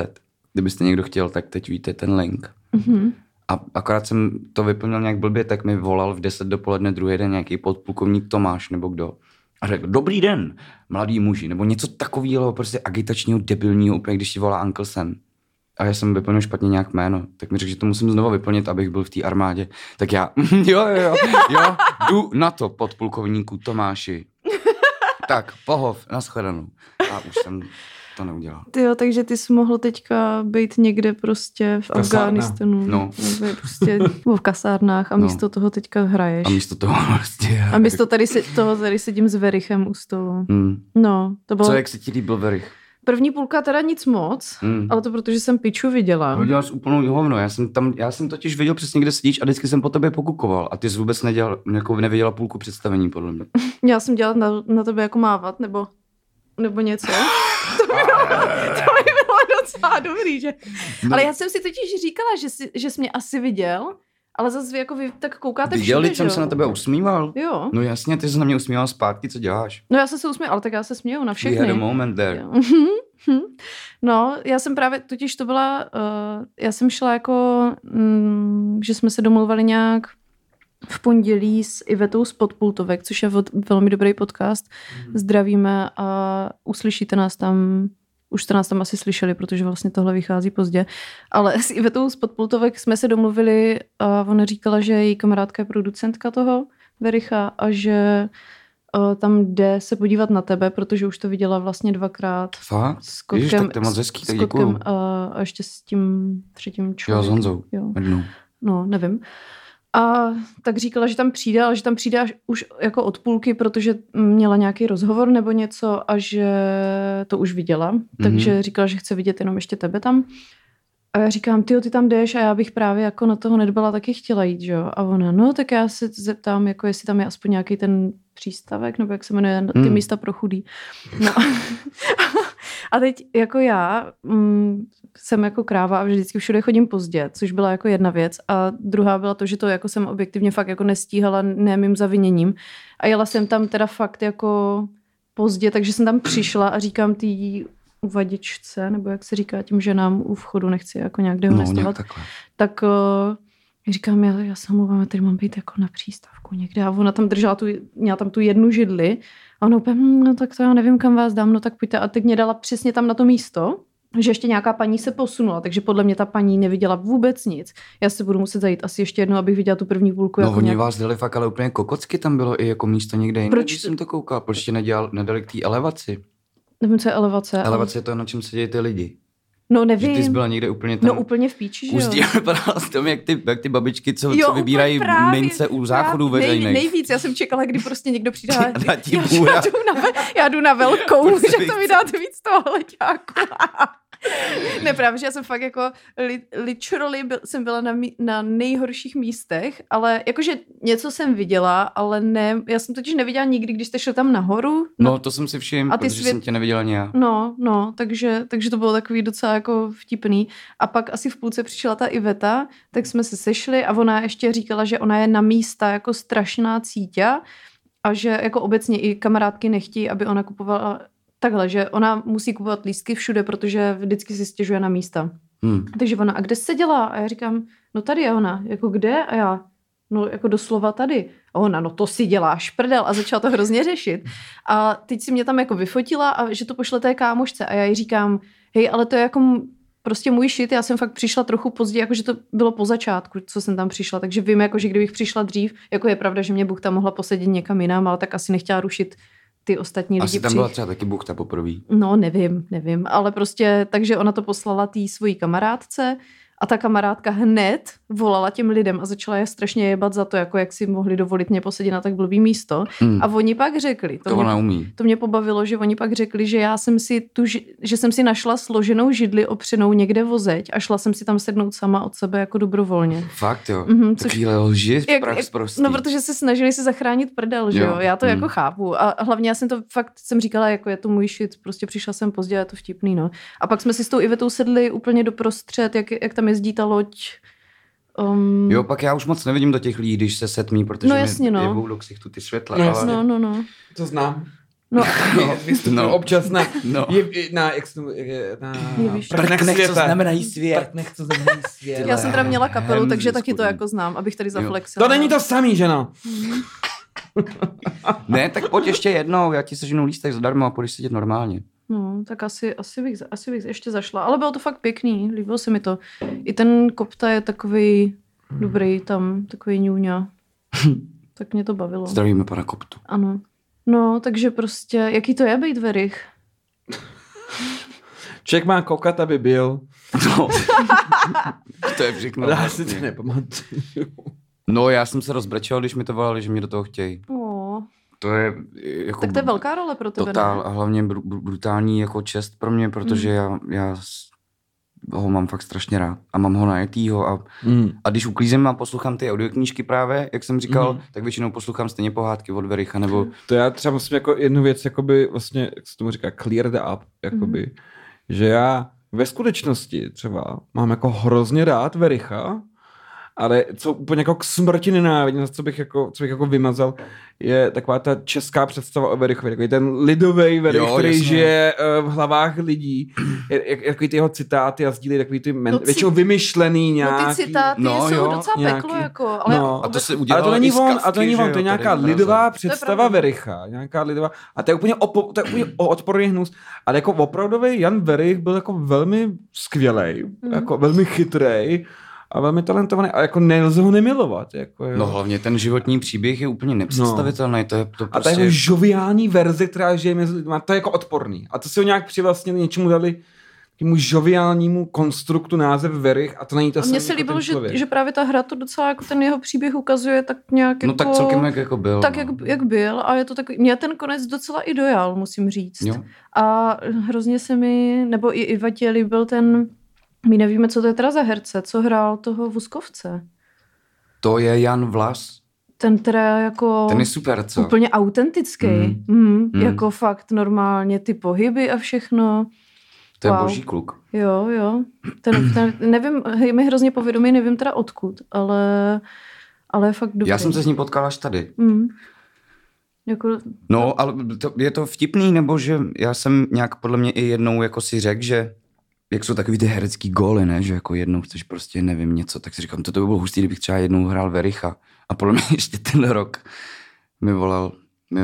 Kdybyste někdo chtěl, tak teď víte ten link. Mhm. A akorát jsem to vyplnil nějak blbě, tak mi volal v 10 dopoledne druhý den nějaký podplukovník Tomáš nebo kdo. A řekl, dobrý den, mladý muži, nebo něco takového prostě agitačního, debilního, úplně když ti volá Uncle Sam. A já jsem vyplnil špatně nějak jméno, tak mi řekl, že to musím znova vyplnit, abych byl v té armádě. Tak já, jo, jo, jo, jo, jdu na to, podplukovníku Tomáši. Tak, pohov, nashledanou. A už jsem to neudělal. Ty jo, takže ty jsi mohl teďka být někde prostě v Kasárna. Afghánistánu. No. Nebo prostě v kasárnách a No. místo toho teďka hraješ. A místo toho prostě... A místo tady si, toho tady sedím s Verichem u stolu. Hmm. No, to bylo... Co, jak se ti líbil Verich? První půlka teda nic moc, Hmm. ale to protože jsem piču viděla. Hodila jsi úplnou hovno. Já jsem, tam, já jsem totiž věděl přesně, kde sedíš a vždycky jsem po tebe pokukoval. A ty jsi vůbec nedělal, jako nevěděla půlku představení, podle mě. Měla jsem dělat na, na tebe jako mávat, nebo, nebo něco. To mi bylo, to mi bylo docela dobrý, že? No. Ale já jsem si totiž říkala, že, jsi, že jsi mě asi viděl, ale zase vy jako vy tak koukáte Viděl, všude, teď jsem že se jo? na tebe usmíval. Jo. No jasně, ty jsi na mě usmíval zpátky, co děláš? No já jsem se usměla, ale tak já se směju na We had a všechny. moment there. Jo. No, já jsem právě, totiž to byla, uh, já jsem šla jako, mm, že jsme se domluvali nějak v pondělí s Ivetou z Podpultovek, což je vod- velmi dobrý podcast. Hmm. Zdravíme a uslyšíte nás tam, už jste nás tam asi slyšeli, protože vlastně tohle vychází pozdě. Ale s Ivetou z Podpultovek jsme se domluvili a ona říkala, že její kamarádka je producentka toho Vericha a že eh, tam jde se podívat na tebe, protože už to viděla vlastně dvakrát Fakt? s Ježiš, Kotkem, tak to je moc hezký, s- tak s Kotkem, e, děkuju. A, a ještě s tím třetím Jo, s člověkem. Honzou. Jo, Jednou. no, nevím. A tak říkala, že tam přijde, ale že tam přijde až už jako od půlky, protože měla nějaký rozhovor nebo něco a že to už viděla. Mm-hmm. Takže říkala, že chce vidět jenom ještě tebe tam. A já říkám, ty ty tam jdeš a já bych právě jako na toho nedbala, taky chtěla jít, že jo? A ona, no tak já se zeptám, jako jestli tam je aspoň nějaký ten přístavek, nebo jak se jmenuje, ty Hmm. místa pro chudý. No. A teď jako já mm, jsem jako kráva a vždycky všude chodím pozdě, což byla jako jedna věc. A druhá byla to, že to jako jsem objektivně fakt jako nestíhala, ne mým zaviněním. A jela jsem tam teda fakt jako pozdě, takže jsem tam přišla a říkám tý uvadičce, nebo jak se říká těm ženám u vchodu, nechci jako nějak No, dehonestovat, nějak takhle. tak uh, říkám, já, já se omlouvám, já tady mám být jako na přístavku někde. A ona tam držela tu, měla tam tu jednu židli a ona úplně, "Hm, no tak to já nevím, kam vás dám, no tak pojďte. A teď mě dala přesně tam na to místo, že ještě nějaká paní se posunula, takže podle mě ta paní neviděla vůbec nic. Já se budu muset zajít asi ještě jednou, abych viděla tu první půlku. No jako oni nějak- vás dali fakt, ale úplně kokocky tam bylo i jako místo někde jinde. Proč Proč to- jsem to koukal? Proč tě nedělal, nedali k té elevaci? Nevím, co je elevace. ale- Elevace je to, na čem sedějí ty lidi. No Že ty jsi nevím. byla někde úplně tam. No úplně v píči, že jo? Ústí vypadala s tom, jak ty, jak ty babičky, co, Jo, co úplně vybírají právě, mince u záchodů právě, veřejných. Nej, nejvíc, já jsem čekala, kdy prostě někdo přijde a A dá ti já, já, bůra. jdu na, ve- já jdu na velkou, Proč že bych- to mi dáte víc toho leťáku. ne, právě, že já jsem fakt jako li, literally byl, jsem byla na, mí- na nejhorších místech, ale jakože něco jsem viděla, ale ne, já jsem totiž neviděla nikdy, když jste šel tam nahoru. No, to jsem si všiml, A ty protože svět- jsem tě neviděl ani já. No, no, takže, takže to bylo takový docela jako vtipný. A pak asi v půlce přišla ta Iveta, tak jsme se sešli a ona ještě říkala, že ona je na místa jako strašná cítě a že jako obecně i kamarádky nechtí, aby ona kupovala takhle, že ona musí kupovat lístky všude, protože vždycky si stěžuje na místa. Hm. Takže ona, a kde seděla? A já říkám, no tady je ona, jako kde? A já, no jako doslova tady. A ona, no to si děláš prdel a začala to hrozně řešit. A teď si mě tam jako vyfotila a že to pošle té kámošce a já jí říkám, hej, ale to je jako m- prostě můj šit, já jsem fakt přišla trochu později, jakože to bylo po začátku, co jsem tam přišla, takže vím, jako, že kdybych přišla dřív, jako je pravda, že mě Bůh tam mohla posadit někam jinam, ale tak asi nechtěla rušit ty ostatní lidi. Asi tam při- byla třeba taky buchta poprvé. No, nevím, nevím, ale prostě, takže ona to poslala té svojí kamarádce a ta kamarádka hned volala těm lidem a začala je strašně jebat za to, jako jak si mohli dovolit mě posadit na tak blbý místo. Hm. Mm. A oni pak řekli, to, To mě, ona umí. to mě pobavilo, že oni pak řekli, že já jsem si tu, ži- že jsem si našla složenou židli opřenou někde o zeď a šla jsem si tam sednout sama od sebe jako dobrovolně. Fakt jo. Mhm, což- Takovýhle lži, Jak- prax prostě. jak- prostý. No, protože se snažili se zachránit prdel, že jo? Jo, Já to mm. jako chápu. A hlavně já jsem to fakt, jsem říkala, jako je to můj shit, prostě přišla jsem pozdě a je to vtipný, no. A pak jsme si s tou Ivetou sedli úplně doprostřed, jak, jak tam jezdí ta loď. Um, Jo, pak já už moc nevidím do těch lidí, když se setmí, protože No, jasně, mi no. jebou do ksichtu ty světla. No, ale- jasně. No, no, no. To znám. No, No, No. no. Občas na, No. je, na, jak se to- je- na Ježiš. prknech nech, co světa. znamenají svět. Prknech, co znamenají svět. já jsem teda měla kapelu, Hemzy takže taky to skutný. jako znám, abych tady zaflexila. To není to samý, no. žena. Ne, tak pojď ještě jednou, já ti seženu lístek zadarmo a půjdeš sedět normálně. No, tak asi, asi, bych, za- asi bych ještě zašla. Ale bylo to fakt pěkný, líbilo se mi to. I ten kopta je takový Hmm. dobrý tam, takový ňůňa. tak mě to bavilo. Zdravíme pana Koptu. Ano. No, takže prostě, jaký to je být verich? Člověk má kokat, aby byl. No. to je všechno. vlastně. Já si to nepamatuju. No, já jsem se rozbrečel, když mi to volali, že mě do toho chtějí. O, To je e, jako No, tak to je velká role pro tebe, totál ne? a hlavně br- br- brutální jako čest pro mě, protože já, já s- ho mám fakt strašně rád a mám ho najetýho a, Hmm. a když uklízím a poslouchám ty audioknížky právě, jak jsem říkal, Mhm. tak většinou poslouchám stejně pohádky od Vericha nebo To já třeba musím jako jednu věc, jakoby vlastně, jak se tomu říká, clear the up, jakoby, Mhm. mm. že já ve skutečnosti třeba mám jako hrozně rád Vericha, ale co úplně jako k smrti nenávidím, za co bych jako, co bych jako vymazal, je taková ta česká představa o Verichovi, takový ten lidový Verich, Jo, který jasně. žije eh, v hlavách lidí, je- jak, jaký ty jeho citáty a sdílí takový ty men, No, ci- většinou vymyšlený nějaký. No ty citáty No, jsou jo, docela nějaký. peklo, jako, ale No, a to se Ale udělalo to i není z on, kasky, a to není že on, to je jo, tady nějaká v Praze. lidová představa pravda. Vericha, nějaká lidová, a to je úplně, opo, to je úplně o- odporný hnus, ale jako opravdový Jan Verich byl jako velmi skvělej, Mhm. jako velmi chytrej a velmi talentovaný, a jako nelze ho nemilovat, jako jo. No hlavně ten životní příběh je úplně nepředstavitelný, to je to a ta prostě... jeho žoviální verze, která žije mezi lidmi, to je jako odporný. A to si ho nějak přivlastnili, něčemu dali tomu žoviálnímu konstruktu název Verich a to není to a mně samý se jako líbilo, ten že, člověk. že právě ta hra to docela, jako ten jeho příběh ukazuje tak nějak No jako, tak celkem jak jako byl. tak no. jak, jak byl a je to takový, mě ten konec docela i dojal, musím říct. Jo. A hrozně se mi, nebo i Ivatě líbil ten, my nevíme, co to je teda za herce, co hrál toho Vuskovce. To je Jan Vlas. Ten teda jako... Ten je super, co? Úplně autentický. Mm. Mhm. Mm. Mhm. Jako fakt normálně ty pohyby a všechno. To je Wow. boží kluk. Jo, jo. Ten, ten, nevím, hej, mi hrozně povědomí, nevím teda odkud, ale, ale je fakt dobrý. Já jsem se s ním potkal až tady. Mm. Jako, No, ale to, je to vtipný, nebo že já jsem nějak podle mě i jednou jako si řekl, že jak jsou takový ty herecký góly, ne? že jako jednou chceš prostě, nevím, něco, tak si říkám, to, to by bylo hustý, kdybych třeba jednou hrál Vericha. A podle mě ještě ten rok mi volal, mi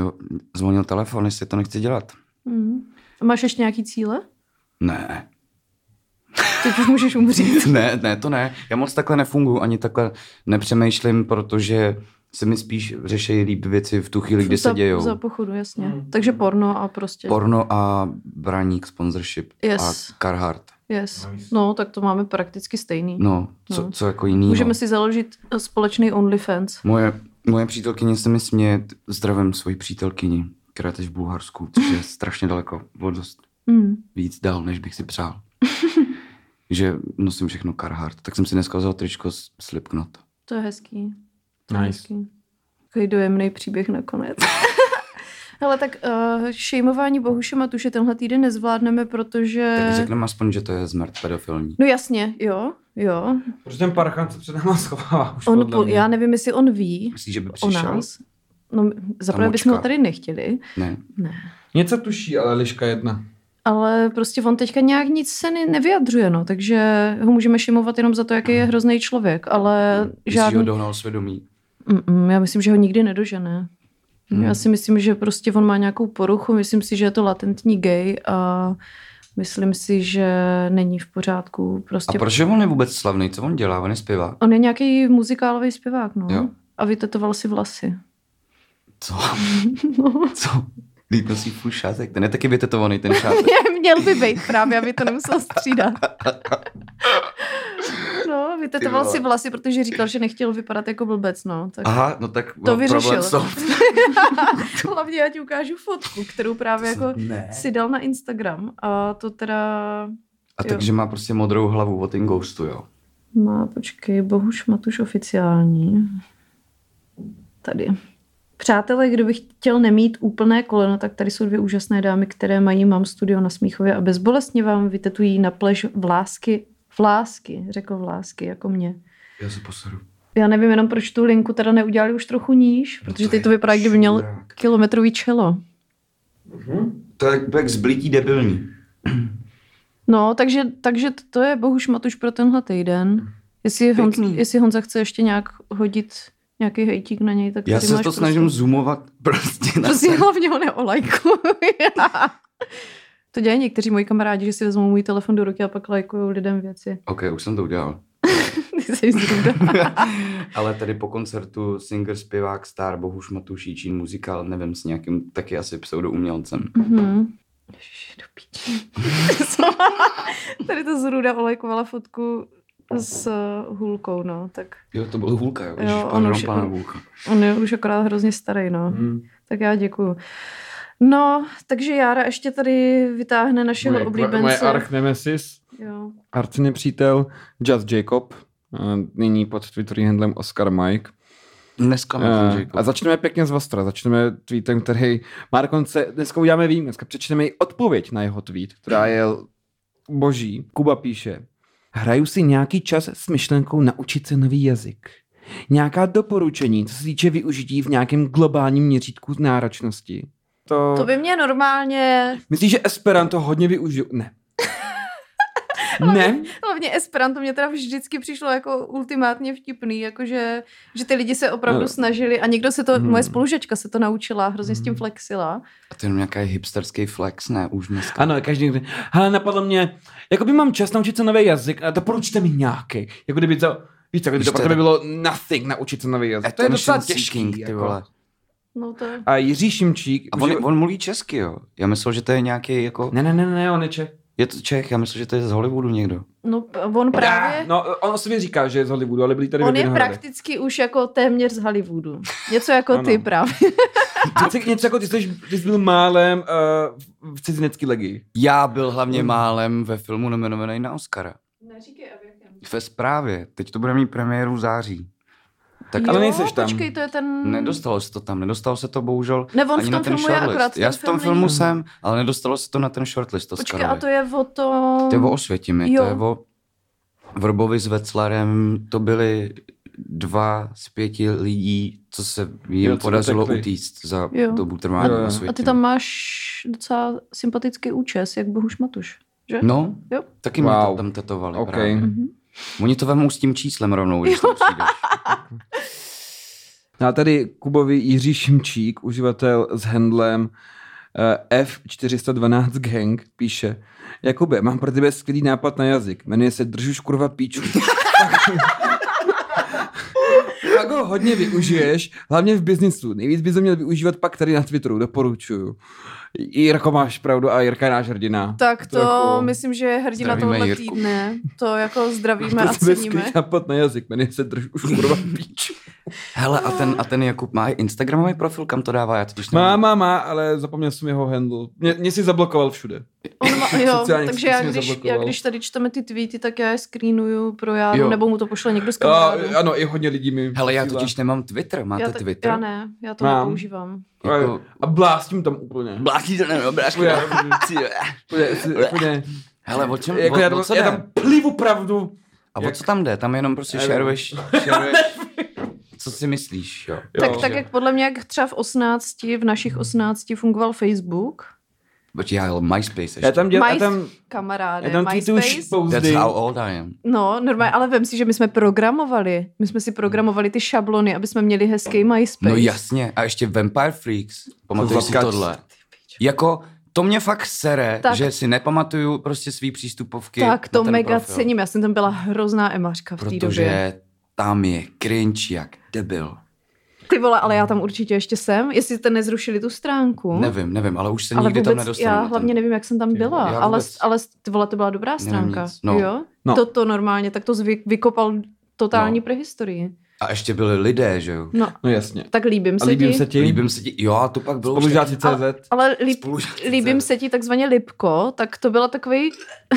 zvonil telefon, jestli to nechci dělat. mm. Máš ještě nějaký cíle? Ne, Teď už můžeš umřít. ne, ne, to ne. Já moc takhle nefunguji, ani takhle nepřemýšlím, protože se mi spíš řešejí líp věci v tu chvíli, kdy se za, dějou. Za pochodu, jasně. Takže porno a prostě. Porno a braník sponsorship Yes. a Carhartt. yes. No, tak to máme prakticky stejný. No, co, No. co jako jiný. Můžeme si založit eh, společný OnlyFans. Moje, moje přítelkyně se mi směje, t- zdravím svoji přítelkyni, která je teď v Bulharsku, což je strašně daleko, bylo dost Mm. víc dál, než bych si přál. že nosím všechno Carhartt, tak jsem si dneska vzal tričko z Slipknot. To je hezký. To je Nice. hezký. Takový dojemný příběh nakonec. Hele, tak uh, šejmování Bohuše Matuše tenhle týden nezvládneme, protože... Tak řekneme aspoň, že to je zmrt pedofilní. No jasně, jo, jo. Protože ten parchan se před náma schovává už On, podle po, mě. já nevím, jestli on ví Myslíš, že by o přišel? nás. No, zaprvé bychom ho očkal. tady nechtěli, Ne. Něco tuší, ale liška jedna. ale prostě on teďka nějak nic se ne- nevyjadřuje, no, takže ho můžeme šimovat jenom za to, jaký je hrozný člověk, ale Myslíš, že ho Eh, žádný... dohnal svědomí? Mm-mm, já myslím, že ho nikdy nedožene. Hmm. Já si myslím, že prostě on má nějakou poruchu, myslím si, že je to latentní gay a myslím si, že není v pořádku. Prostě A proč je on je vůbec slavný? Co on dělá? On je zpěvák? On je nějaký muzikálový zpěvák, no. Jo. A vytetoval si vlasy. No, Co? Co? Teď nosí full šátek. Ten je taky vytetovaný, ten šátek. Měl by být právě, aby to nemusel střídat. No, vytetoval Ty vole. si vlasy, protože říkal, že nechtěl vypadat jako blbec, no. Tak Aha, no tak To vyřešil. problém jsou. hlavně já ti ukážu fotku, kterou právě jako Ne. si dal na Instagram. A to teda A Jo. takže má prostě modrou hlavu od Ingoustu, jo. má, počkej, Bohuš Matuš oficiální. Tady. Přátelé, kdo by chtěl nemít úplné koleno, tak tady jsou dvě úžasné dámy, které mají Mám studio na Smíchově a bezbolestně vám vytetují na plež vlásky, vlásky, řekl vlásky, jako mě. Já se poseru. Já nevím jenom, proč tu linku teda neudělali už trochu níž, protože No to teď je to vypadá, kdyby měl čurák. kilometrový čelo. Hm? To je jak zblití debilní. No, takže, takže t- to je Bohuš Matuš pro tenhle týden. Jestli, Honz, Hmm. Pěkný. jestli Honza chce ještě nějak hodit nějaký hejtík na něj, tak Já tady se máš to prostor. snažím zoomovat prostě na Prostě hlavně ho neolajkuj. to dělají někteří moji kamarádi, že si vezmou můj telefon do ruky a pak lajkují lidem věci. Ok, už jsem to udělal. Ty jsi zrůda. Ale tady po koncertu singer, zpěvák, star, bohuž Matuš Jíčín, muzikál, nevím, s nějakým taky asi pseudoumělcem. Mhm. Ježiši, do píči. Tady ta zrůda olajkovala fotku s eh, hůlkou, no, tak Jo, to byl Hůlka, jo. Ježiš, Jo, on pardon, už- pána on- Bůh. on je už akorát hrozně starý, no. Hmm. Tak já děkuju. No, takže Jára ještě tady vytáhne našeho Moje, moje, oblíbence. moje arch nemesis, Jo. arcinepřítel Just Jacob, eh, nyní pod Twitterovým handlem Oscar Mike. Dneska Eh, uh, A začneme pěkně z Vostra, začneme tweetem, který má dokonce, dneska uděláme výjimku, dneska přečteme i odpověď na jeho tweet, která je boží. Kuba píše, hraju si nějaký čas s myšlenkou naučit se nový jazyk. Nějaká doporučení, co se týče využití v nějakém globálním měřítku náročnosti. To... To by mě normálně, Myslíš, že Esperanto hodně využiju? Ne. ne? hlavně Esperanto mě teda vždycky přišlo jako ultimátně vtipný, jakože že ty lidi se opravdu No. snažili a někdo se to, Mhm. moje spolužečka se to naučila, hrozně s tím Mhm. flexila. A to je jenom nějaký hipsterský flex, ne, už dneska. Ano, každý někde. Hele, napadlo mě, jako by mám čas naučit se nový jazyk a doporučte mi nějaký. Jako kdyby to, víš, jako kdyby to Ještě pro tebe tak. Eh, bylo nothing naučit se nový jazyk. To je Attention docela seeking, těžký. ty Jako. vole. No to je... A Jiří Šimčík. A on, že- on mluví česky, jo. Já myslel, že to je nějaký jako... Ne, ne, ne, ne, on je Čech. Je to Čech, já myslím, že to je z Hollywoodu někdo. No p- on právě, no, No, on o sobě říká, že je z Hollywoodu, ale byli tady on ve je Vinohradech. prakticky už jako téměř z Hollywoodu. Něco jako ty Ano. právě. Něco- Něco jako ty jsi, ty jsi byl málem uh, v cizinecký legii. Já byl hlavně málem ve filmu nominovaný na Oscara. Neříkej, a v jakém. Ve zprávě. Teď to bude mít premiéru v září. Tak ale nejseš tam. Počkej, to je ten... Nedostalo se to tam, nedostalo se to bohužel Nebo on ani v na tom ten filmu je akorát. shortlist. Já v tom není. filmu jsem, ale nedostalo se to na ten shortlist Počkej, a Oscarový. to je o tom... To je o Osvětimi, Jo. to je o Vrbovi s Veclarem, to byli dva z pěti lidí, co se jim Jo, co podařilo utekli. utíct za Jo. dobu trvání Jo, jo. A ty Osvětimi. A ty tam máš docela sympatický účes, jak Bohuš Matuš, že? No, Jo. taky wow. mě to Wow. tam tetovali. OK. právě. Oni to vemou s tím číslem rovnou, když tam přijdeš. No a tady Kubovi Jiří Šimčík, uživatel s handlem eh, F412 Gang, píše Jakube, mám pro tebe skvělý nápad na jazyk. Jmenuje se Držuš kurva píču. Pak ho hodně využiješ, hlavně v biznisu. Nejvíc bys ho měl využívat pak tady na Twitteru, doporučuju. Jirko, máš pravdu a Jirka je náš hrdina. Tak to, Trochu. myslím, že je hrdina jako Zdravíme tohle Jirku. týdne. To jako zdravíme a Pro tebe skvělý ceníme. nápad na jazyk, jmenuje se Držuš kurva píču. Hele, a ten, a ten Jakub má i Instagramový profil, kam to dává? Já totiž Má, nevím. má, má, ale zapomněl jsem jeho handle. Mě, mě si zablokoval všude. On má, jo, sociálních sítí takže já jsem je když, já zablokoval. když tady čteme ty tweety, tak já je screenuju pro Jánu, Jo. nebo mu to pošle někdo z A, kamarádů. ano, i hodně lidí mi Hele, já posílá. totiž nemám Twitter. Máte já, tak- Twitter? Já ne, já to Mám. nepoužívám. Jako, A blástím tam úplně. Blátí to nevím, obrážku. Já- Úplně, si- úplně. Hele, o čem, Jako o, já, o tam, co já jde? tam plivu pravdu. A o jak- co tam jde? Tam jenom prostě Já nevím. šeruješ, šeruješ, co si myslíš, jo. Jo. Tak, tak jak podle mě, jak třeba v 18, v našich 18 fungoval Facebook, Počkej, já ale MySpace ještě. Já tam dělám, já tam, kamaráde, já tam tweetuju MySpace. shitposty. That's how old I am. No, normálně, ale vem si, že my jsme programovali. My jsme si programovali ty šablony, aby jsme měli hezký MySpace. No jasně, a ještě Vampire Freaks, pamatuješ si Kurva, kač. tohle? Jako, to mě fakt sere, Tak. že si nepamatuju prostě svý přístupovky Tak to na ten mega profil, cením. Já jsem tam byla hrozná emařka v té době. Protože tam je cringe jak debil. Ty vole, ale já tam určitě ještě jsem. Jestli jste nezrušili tu stránku. Nevím, nevím, ale už se ale nikdy vůbec, tam nedostanu. já na ten- hlavně nevím, jak jsem tam Ty vole, byla, já ale, vůbec. ale ty vole, to byla dobrá Nevím stránka, nic, no. jo? No. To, to normálně, tak to zvy, vykopal totální No. prehistorii. A ještě byli lidé, že jo. No, No jasně. tak líbím A se líbím ti. se ti? Líbím se ti, jo, a to pak bylo už Spolužáci taky- CZ. Ale líb, Spolužáci líbím CZ. se ti takzvaně Lipko, tak to byla takový...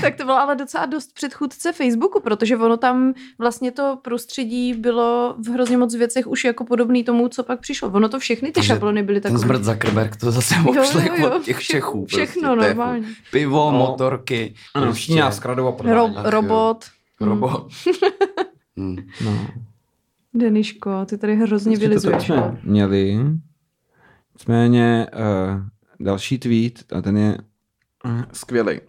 tak to byla ale docela dost předchůdce Facebooku, protože ono tam vlastně to prostředí bylo v hrozně moc věcech už jako podobný tomu, co pak přišlo. Ono to všechny ty Takže šablony byly Ten takové. zmrt Zuckerberg to zase obšlekl od těch vše- Čechů. Všechno prostě, to je furt normálně. Pivo, No. motorky, Ano, prostě všichni nás kradou a Rob, podvádí. Ach jo. robot. Hmm. robot. Hmm. No. Deniško, ty tady hrozně Určitě Prostě to vylizuješ. jsme měli. Nicméně uh, další tweet, a ten je uh, skvělý.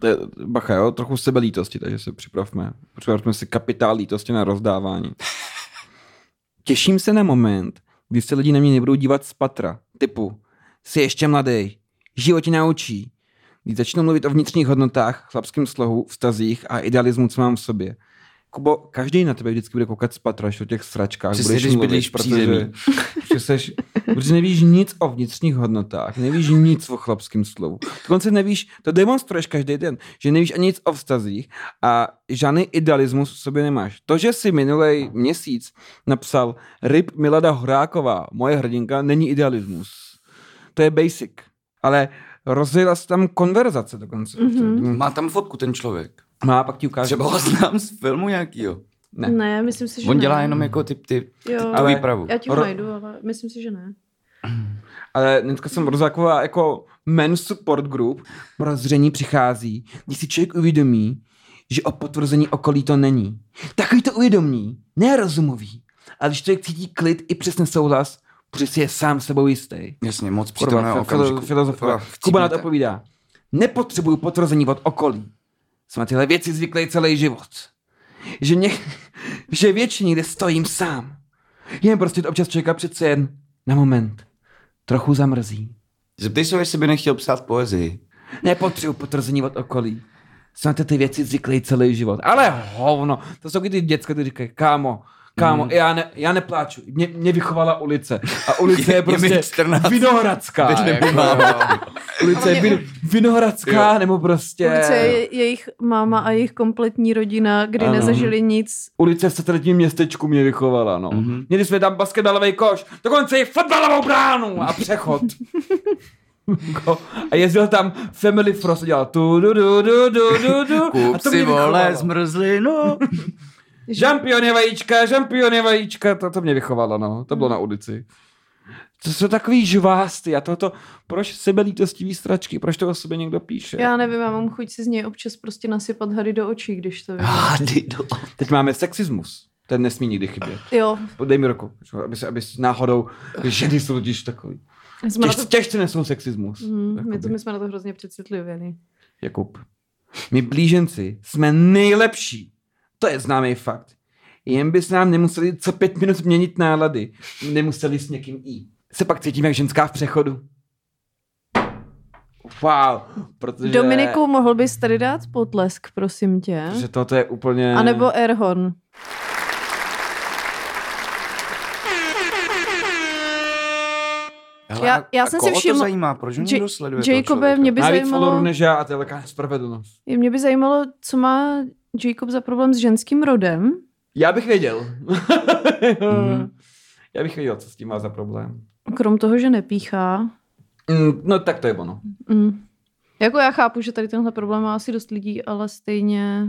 To je, bacha, jo, trochu sebelítosti, takže se připravme. Připravme si kapitál lítosti na rozdávání. Těším se na moment, kdy se lidi na mě nebudou dívat z patra. Typu, jsi ještě mladý, život tě naučí. Když začnu mluvit o vnitřních hodnotách, chlapském slohu, vztazích a idealismu, co mám v sobě. Kubo, každý na tebe vždycky bude koukat z patra, až o těch sračkách Přesně, budeš když mluvit, bydlíš v protože, přízemí. protože, seš, protože nevíš nic o vnitřních hodnotách, nevíš nic o chlapském slovu. Dokonce nevíš, to demonstruješ každý den, že nevíš ani nic o vztazích a žádný idealismus v sobě nemáš. To, že si minulý měsíc napsal Ryb Milada Horáková, moje hrdinka, není idealismus. To je basic. Ale rozjela se tam konverzace dokonce. Mhm. Mm-hmm. Má tam fotku ten člověk. Má, pak ti ukážu. Třeba ho znám z filmu nějakýho. Ne. Ne, myslím si, že On ne. dělá jenom jako ty, ty, Jo, tu Ale- výpravu. já ti ho Ro- najdu, ale myslím si, že ne. Ale dneska jsem roztaková jako men support group. Prozření přichází, když si člověk uvědomí, že o potvrzení okolí to není. Takový to uvědomí, ne rozumový. Ale když člověk cítí klid i přesně souhlas, protože si je sám sebou jistý. Jasně, moc Kurva, přítomného filo, okamžiku. filozofové. Ah, Kuba na to chcípněte. povídá. Nepotřebuju potvrzení od okolí. Jsem na tyhle věci zvyklý celý život. Že, mě, že většině kde stojím sám. Jen prostě to občas člověka přece jen na moment. Trochu zamrzí. Zeptej se, jestli by nechtěl psát poezii. Nepotřebuji potvrzení od okolí. Jsem na ty- ty věci zvyklý celý život. Ale hovno, to jsou taky ty děcka, ty říkají, kámo, kámo, Mm. já, ne, já nepláču. Mě, mě vychovala ulice. A ulice je, Je- je mi prostě 14. vinohradská. Teď jako, nebývám. jo. ulice je Ale mě- vin, vinohradská, Jo. nebo prostě... Ulice je jejich máma a jejich kompletní rodina, kdy Ano. nezažili nic. Ulice v satelitním městečku mě vychovala, no. Mhm. Měli jsme tam basketbalový koš, dokonce i fotbalovou bránu a přechod. Ko- a jezdil tam Family Frost a dělal tu du du du du du du. a Kup to si mě vole vychovalo. zmrzlinu. Žampiony vajíčka, žampiony vajíčka, to, to mě vychovalo, no, to bylo na ulici. To jsou takový žvásty a toto, proč sebelítostivý stračky, proč to o sobě někdo píše? Já nevím, já mám chuť si z něj občas prostě nasypat hady do očí, když to Ah, vidím. Hády do... Teď máme sexismus, ten nesmí nikdy chybět. Jo, Dej mi ruku, aby, se, aby si náhodou, ženy jsou totiž takový. jsme na to... Těž, těžce nesou sexismus. Hmm, my, to, Jakoby. my jsme na to hrozně přecitlivěni. Jakub. My blíženci jsme nejlepší. To je známý fakt. Jen by se nám nemuseli co pět minut měnit nálady. Nemuseli s někým jít. Se pak cítím jak ženská v přechodu. Wow. Protože, Dominiku, mohl bys tady dát potlesk, prosím tě? Protože toto je úplně... A nebo Airhorn. Hele, Já- já a jsem si koho všiml- to zajímá? Proč ho Ja- někdo sleduje toho Jacobe, člověka? mě by Navíc zajímalo, Foloru než já a to je velká nespravedlnost. mě by zajímalo, co má Jacob za problém s ženským rodem. Já bych věděl. Mhm. Já bych věděl, co s tím má za problém. Krom toho, že nepíchá. Mm, No tak to je ono. Mm. Jako já chápu, že tady tenhle problém má asi dost lidí, ale stejně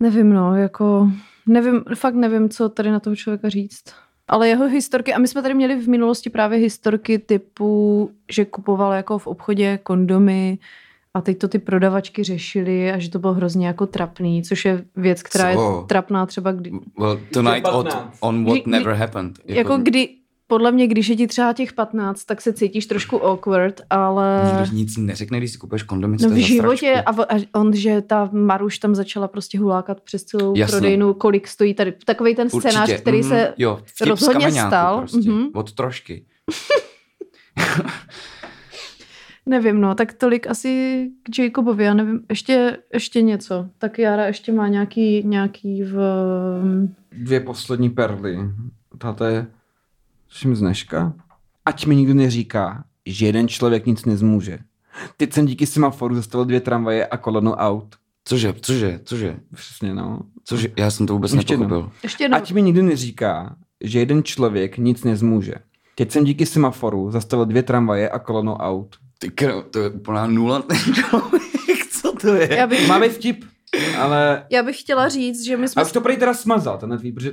nevím, no, jako nevím, fakt nevím, co tady na toho člověka říct. Ale jeho historky, a my jsme tady měli v minulosti právě historky typu, že kupoval jako v obchodě kondomy a teď to ty prodavačky řešily a že to bylo hrozně jako trapný, což je věc, která Co? je trapná třeba kdy, Well, tonight od, 15. on what Kdy- never happened. jako kdy, podle mě, když je ti třeba těch 15, tak se cítíš trošku awkward, ale... Nikdo nic neřekne, když si kupuješ kondomy, No to v je za životě sračku. a, v- a on, že ta Maruš tam začala prostě hulákat přes celou Jasně. prodejnu, kolik stojí tady. Takový ten scénář, Určitě, který mhm, se... jo, vtip z rozhodně kameňáku stal, Prostě, mhm. Od trošky. Nevím, no, tak tolik asi k Jacobovi, já nevím, ještě, ještě něco. Tak Jara ještě má nějaký, nějaký v... dvě poslední perly. Tato je všim z dneška. Ať mi nikdo neříká, že jeden člověk nic nezmůže. Teď jsem díky semaforu zastavil dvě tramvaje a kolonu aut. Cože, cože, cože, Přesně, no. cože, já jsem to vůbec Ještě jednou. nepochopil. Ještě jednou, Ať mi nikdo neříká, že jeden člověk nic nezmůže. Teď jsem díky semaforu zastavil dvě tramvaje a kolonu aut. Ty kro, to je úplná nula ten člověk, co to je? já, bych, Máme vtip, ale... já bych chtěla říct, že my A jsme... už to prý teda smazal, ten tvý, protože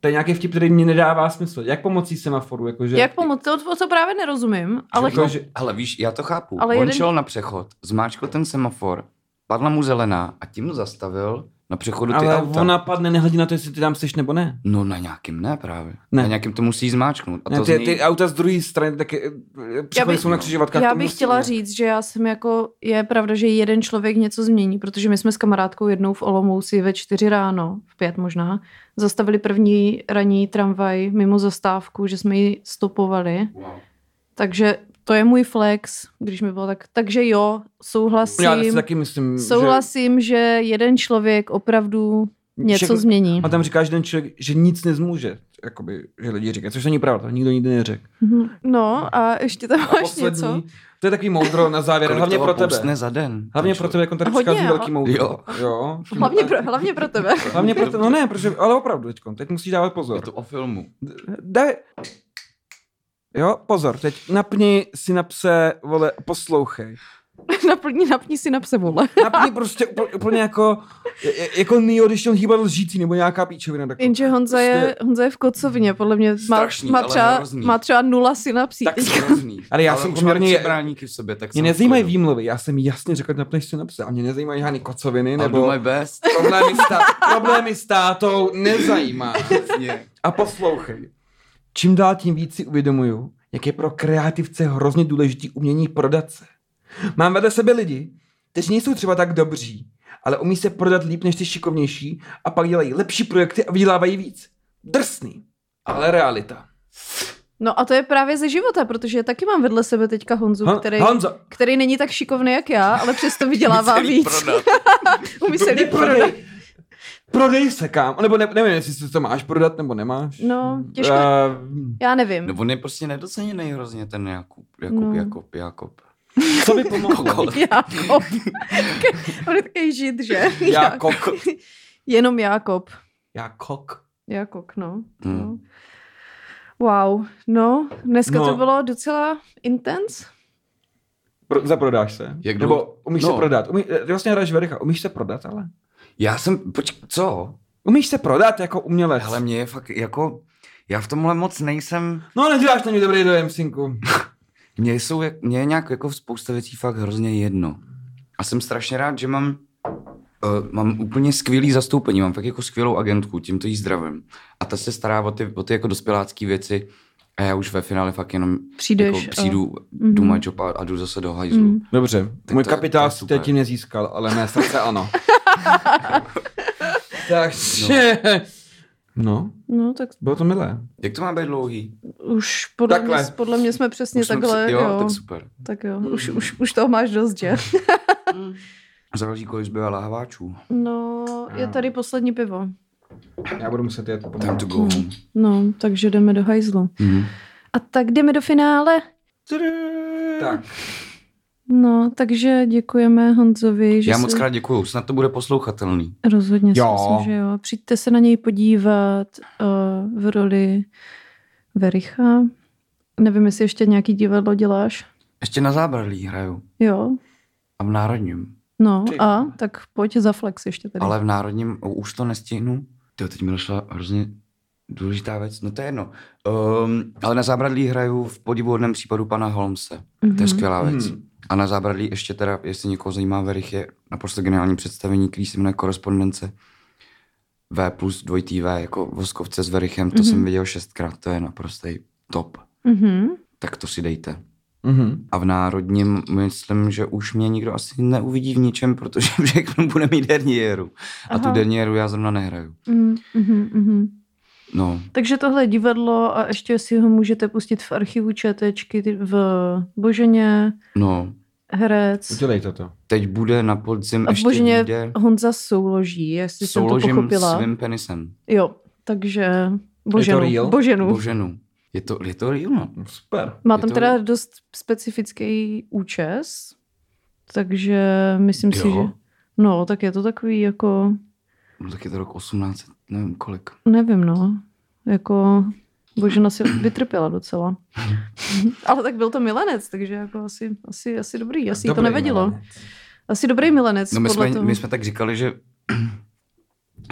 to je nějaký vtip, který mi nedává smysl. Jak pomocí semaforu, jakože... Jak pomoct? To, to, to právě nerozumím, ale... Jako, No, že- ale víš, já to chápu. Ale Ale On jeden- šel na přechod, zmáčkl ten semafor, padla mu zelená a tím zastavil na přechodu ty Ale auta. ona padne, nehledí na to, jestli ty tam seš nebo ne. No na nějakým ne právě. Ne. Ne. Na nějakým to musí zmáčknout. A Ne, to ty, zní... ty auta z druhé strany taky Já přechody bych- jsou na křižovatkách. Já to vlastně bych musí, chtěla ne? říct, že já jsem jako, je pravda, že jeden člověk něco změní, protože my jsme s kamarádkou jednou v Olomouci ve čtyři ráno, v pět možná, zastavili první ranní tramvaj mimo zastávku, že jsme ji stopovali, Wow. takže to je můj flex, když mi bylo tak, takže jo, No, Já si souhlasím, taky myslím, souhlasím, že... jeden člověk opravdu že něco všechno- změní. A tam říká, že ten člověk, že nic nezmůže, jakoby, že lidi říkají, což není pravda, nikdo nikdy neřekl. Mhm. No a ještě tam A máš něco? to je takový moudro na závěr, Kolik hlavně toho pro tebe. pousne za den. Hlavně ten pro člověk? tebe, jak on tady Hodně, přichází ale- velký moudro. Jo. jo. Hlavně pro, hlavně pro tebe. Hlavně pro tebe, no ne, protože, ale opravdu teďkon, teď musíš dávat pozor. Je to o filmu. Daj... Jo, pozor, teď napni synapse, vole, poslouchej. Naplní, napni si na pse vole. Napni prostě úplně, úplně jako, je- jako Neo, když on hýbal lžící, nebo nějaká píčovina. Tak, Jenže Honza je, Honza je v kocovně, podle mě má, Prostě- Strašný, má, ale třeba, hrozný. má třeba nula synapsí. Tak hrozný. Ale já jsem on má upřímně- radši bráníky v sobě, tak Mě jsem nezajímají v klidu. výmluvy, já jsem jasně řekl, napneš si napsal. A mě nezajímají žádný kocoviny, I'll do nebo my best. problémy, s tá- problémy s tátou nezajímá. Přesně. A poslouchej. Čím dál tím víc si uvědomuju, jak je pro kreativce hrozně důležitý umění prodat se. Mám vedle sebe lidi, kteří nejsou třeba tak dobří, ale umí se prodat líp než ty šikovnější a pak dělají lepší projekty a vydělávají víc. Drsný, ale realita. No a to je právě ze života, protože taky mám vedle sebe teďka Honzu, Hon- který, Honzo, který není tak šikovný jak já, ale přesto vydělává Celý víc. prodat. Umí se líp prodat. prodej. Prodej se, kam. Nebo ne, nevím, jestli si to máš prodat nebo nemáš. No, těžko. Uh, Já nevím. No on je prostě nedoceněný hrozně ten Jakub, Jakub, No. no. Jakub, Jakub. co by pomohlo? Kokot. Jakob. On je takový žid, že? Já kok. Jenom Jakob. Já kok. Jakob, no. Hmm. no. Wow, no, dneska No. to bylo docela intense. Pro, zaprodáš se? Jak nebo dlouho- umíš no. se prodat? Umí, eh, ty vlastně hraješ vericha, umíš se prodat, ale? Já jsem, počkej, co? Umíš se prodat jako umělec. Hele, mě je fakt jako, já v tomhle moc nejsem, No neděláš na mě dobrý dojem, synku. mě, jsou, jak- mě je nějak jako spousta věcí fakt hrozně jedno. A jsem strašně rád, že mám, uh, mám úplně skvělý zastoupení, mám fakt jako skvělou agentku, tímto jí zdravím. A ta se stará o ty, o ty jako dospělácké věci a já už ve finále fakt jenom Přijdeš jako a- přijdu, Mhm. jdu my job a, a jdu zase do hajzlu. Mhm. Dobře, Tak můj to je- to kapitál je jste super. tím nezískal, ale mé srdce ano. Takže... No, No, tak bylo to milé. Jak to má být dlouhý? už podle, Takhle. mě, podle mě jsme přesně Už jsem takhle, si- jo, jo, jo, tak Mhm. super. tak jo, už, už, už toho máš dost, že? Záleží, kolik zbývá lahváčů. No, je tady poslední pivo. Já budu muset jet. Time to go home. No, takže jdeme do hajzlu. Mhm. A tak jdeme do finále. Tak, No, takže děkujeme Honzovi, že Já moc si... krát děkuju, snad to bude poslouchatelný. Rozhodně Jo. si myslím, že jo. Přijďte se na něj podívat uh, v roli Vericha. Nevím, jestli ještě nějaký divadlo děláš. Ještě na zábradlí hraju. Jo, A v Národním. no Ty a vole. tak pojď za flex ještě tady. Ale v Národním o, už to nestihnu. Tyjo, teď mi došla hrozně důležitá věc. No to je jedno. Um, ale na zábradlí hraju v podivuhodném případu pana Holmse. To je skvělá věc. Mhm. A na zábradlí ještě teda, jestli někoho zajímá, Verich je naprosto geniální představení, který se jmenuje Korespondence V plus dvojitý V, jako voskovce s Verichem, to Mhm. jsem viděl šestkrát, to je naprostý top. Mhm. Tak to si dejte. mhm. A v Národním myslím, že už mě nikdo asi neuvidí v ničem, protože všechno bude mít derniéru. A tu Aha. derniéru já zrovna nehraju. Mhm. Mhm. Mhm. No, Takže tohle je divadlo a ještě si ho můžete pustit v archivu ČTčky ty- v Boženě, no. Herec. Udělej toto. Teď bude na podzim A v ještě Boženě jde Honza souloží, jestli jsem to souložím pochopila. svým penisem. Jo, takže Boženu. real? Boženu. Boženu. Je to, je to real, no. Super. Má Je tam to- teda dost specifický účes, takže myslím si, Jo. že... No, tak je to takový jako... No tak je to rok 18, nevím kolik. Nevím, no. Jako... Božena si vytrpěla docela. Ale tak byl to milenec, takže jako asi, asi, asi dobrý. Asi jí to Dobrý, nevadilo. Milane. Asi dobrý milenec. No my podle jsme, toho. my jsme tak říkali, že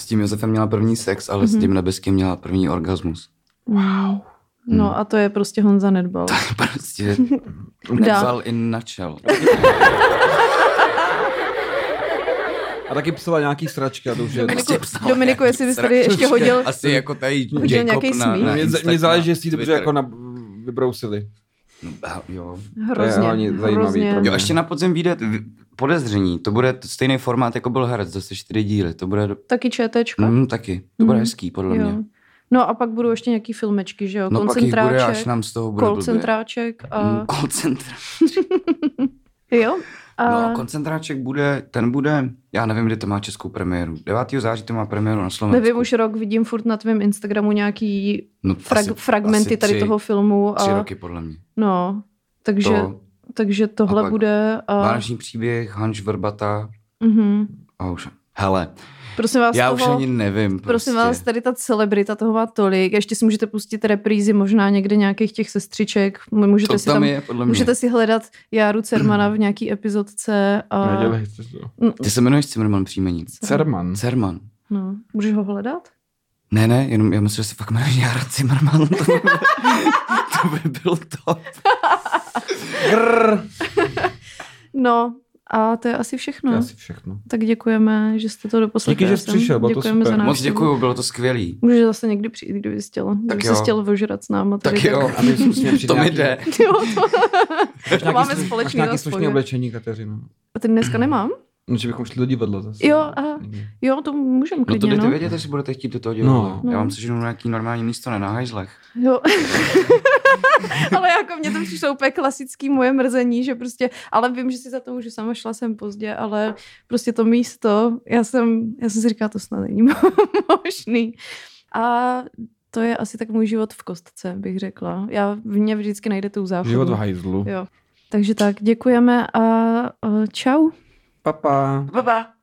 s tím Josefem měla první sex, ale Mhm. s tím nebeským měla první orgasmus. Wow. Mm. Hmm. No a to je prostě Honza nedbal. Prostě Dá. nevzal i načel. A taky psala nějaký sračky a to už je... Dominiku, psal Dominiku, jestli bys tady ještě hodil... Asi jako tady hodil Jacob nějakej na, smích? na Mě, Instagram, mě záleží, na jestli ji dobře Twitter. jako na, vybrousili. No, a- Jo. To je Hrozně, hlavně zajímavý hrozně. pro mě. jo, ještě na podzim vyjde v- podezření. To bude t- stejný formát, jako byl herec, zase čtyři díly. To bude, do- Taky ČTčko. mm, taky, to bude Mhm. hezký, podle mě. Jo. No a pak budou ještě nějaký filmečky, že jo? No pak jich bude, až Koncentráček, nám z toho bude blbě. kolcentráček a... Mm, Koncentra. Jo? A... No, koncentráček bude, ten bude, já nevím, kdy to má českou premiéru. 9. září to má premiéru na Slovensku. Nevím, už rok vidím furt na tvém Instagramu nějaký no, frag- asi fragmenty asi tady tři- toho filmu. Tři A... roky, podle mě. No, takže, to... To, takže tohle a pak bude... A... Vánoční příběh, Hanš Vrbata Mhm. a už. Hele, Prosím vás, já toho... už ani nevím. Prostě. Prosím vás, tady ta celebrita toho má tolik. Ještě si můžete pustit reprízy možná někde nějakých těch sestřiček. M- Můžete, to si, tam, tam, je, podle mě. můžete si hledat Járu Cermana v nějaký epizodce. A... Nedělej to. Mm, Ty se jmenuješ Cimrman příjmení. Cerman. Cerman. No, můžeš ho hledat? Ne, ne, jenom já myslím, že se fakt jmenuje Jara Cimrman. To by, to by byl to. Grrr. No, a to je asi všechno. To je asi všechno. Tak děkujeme, že jste to doposlechli. Díky, že jsi sem. přišel, bylo to Děkujeme super. za Moc návštěvu. děkuju, bylo to skvělý. Můžeš zase někdy přijít, kdyby jsi chtěl. Kdyby jo. jsi chtěl vožrat s náma. Tady, Tak jo, A my musíme přijít to mi nějaký- jde. Jo, to... Máš nějaký Máme sluš- společný máš nějaký rozpočet. slušný oblečení, Kateřino. A ty dneska nemám? No, že bychom šli do divadla zase. Jo, aha. Jo, to můžem No to klidně, dejte no. vědět, jestli budete chtít do toho divadla. No. Já vám seženu nějaký normální místo, ne na hajzlech. Jo. ale jako mě to přišlo úplně klasický moje mrzení, že prostě, ale vím, že si za to můžu sama šla jsem pozdě, ale prostě to místo, já jsem, já jsem si říkala, to snad není možný. A to je asi tak můj život v kostce, bych řekla. Já v mě vždycky najdete tu záchodu. Život v hajzlu. Jo. Takže tak, děkujeme a eh, čau. Papa. Baba.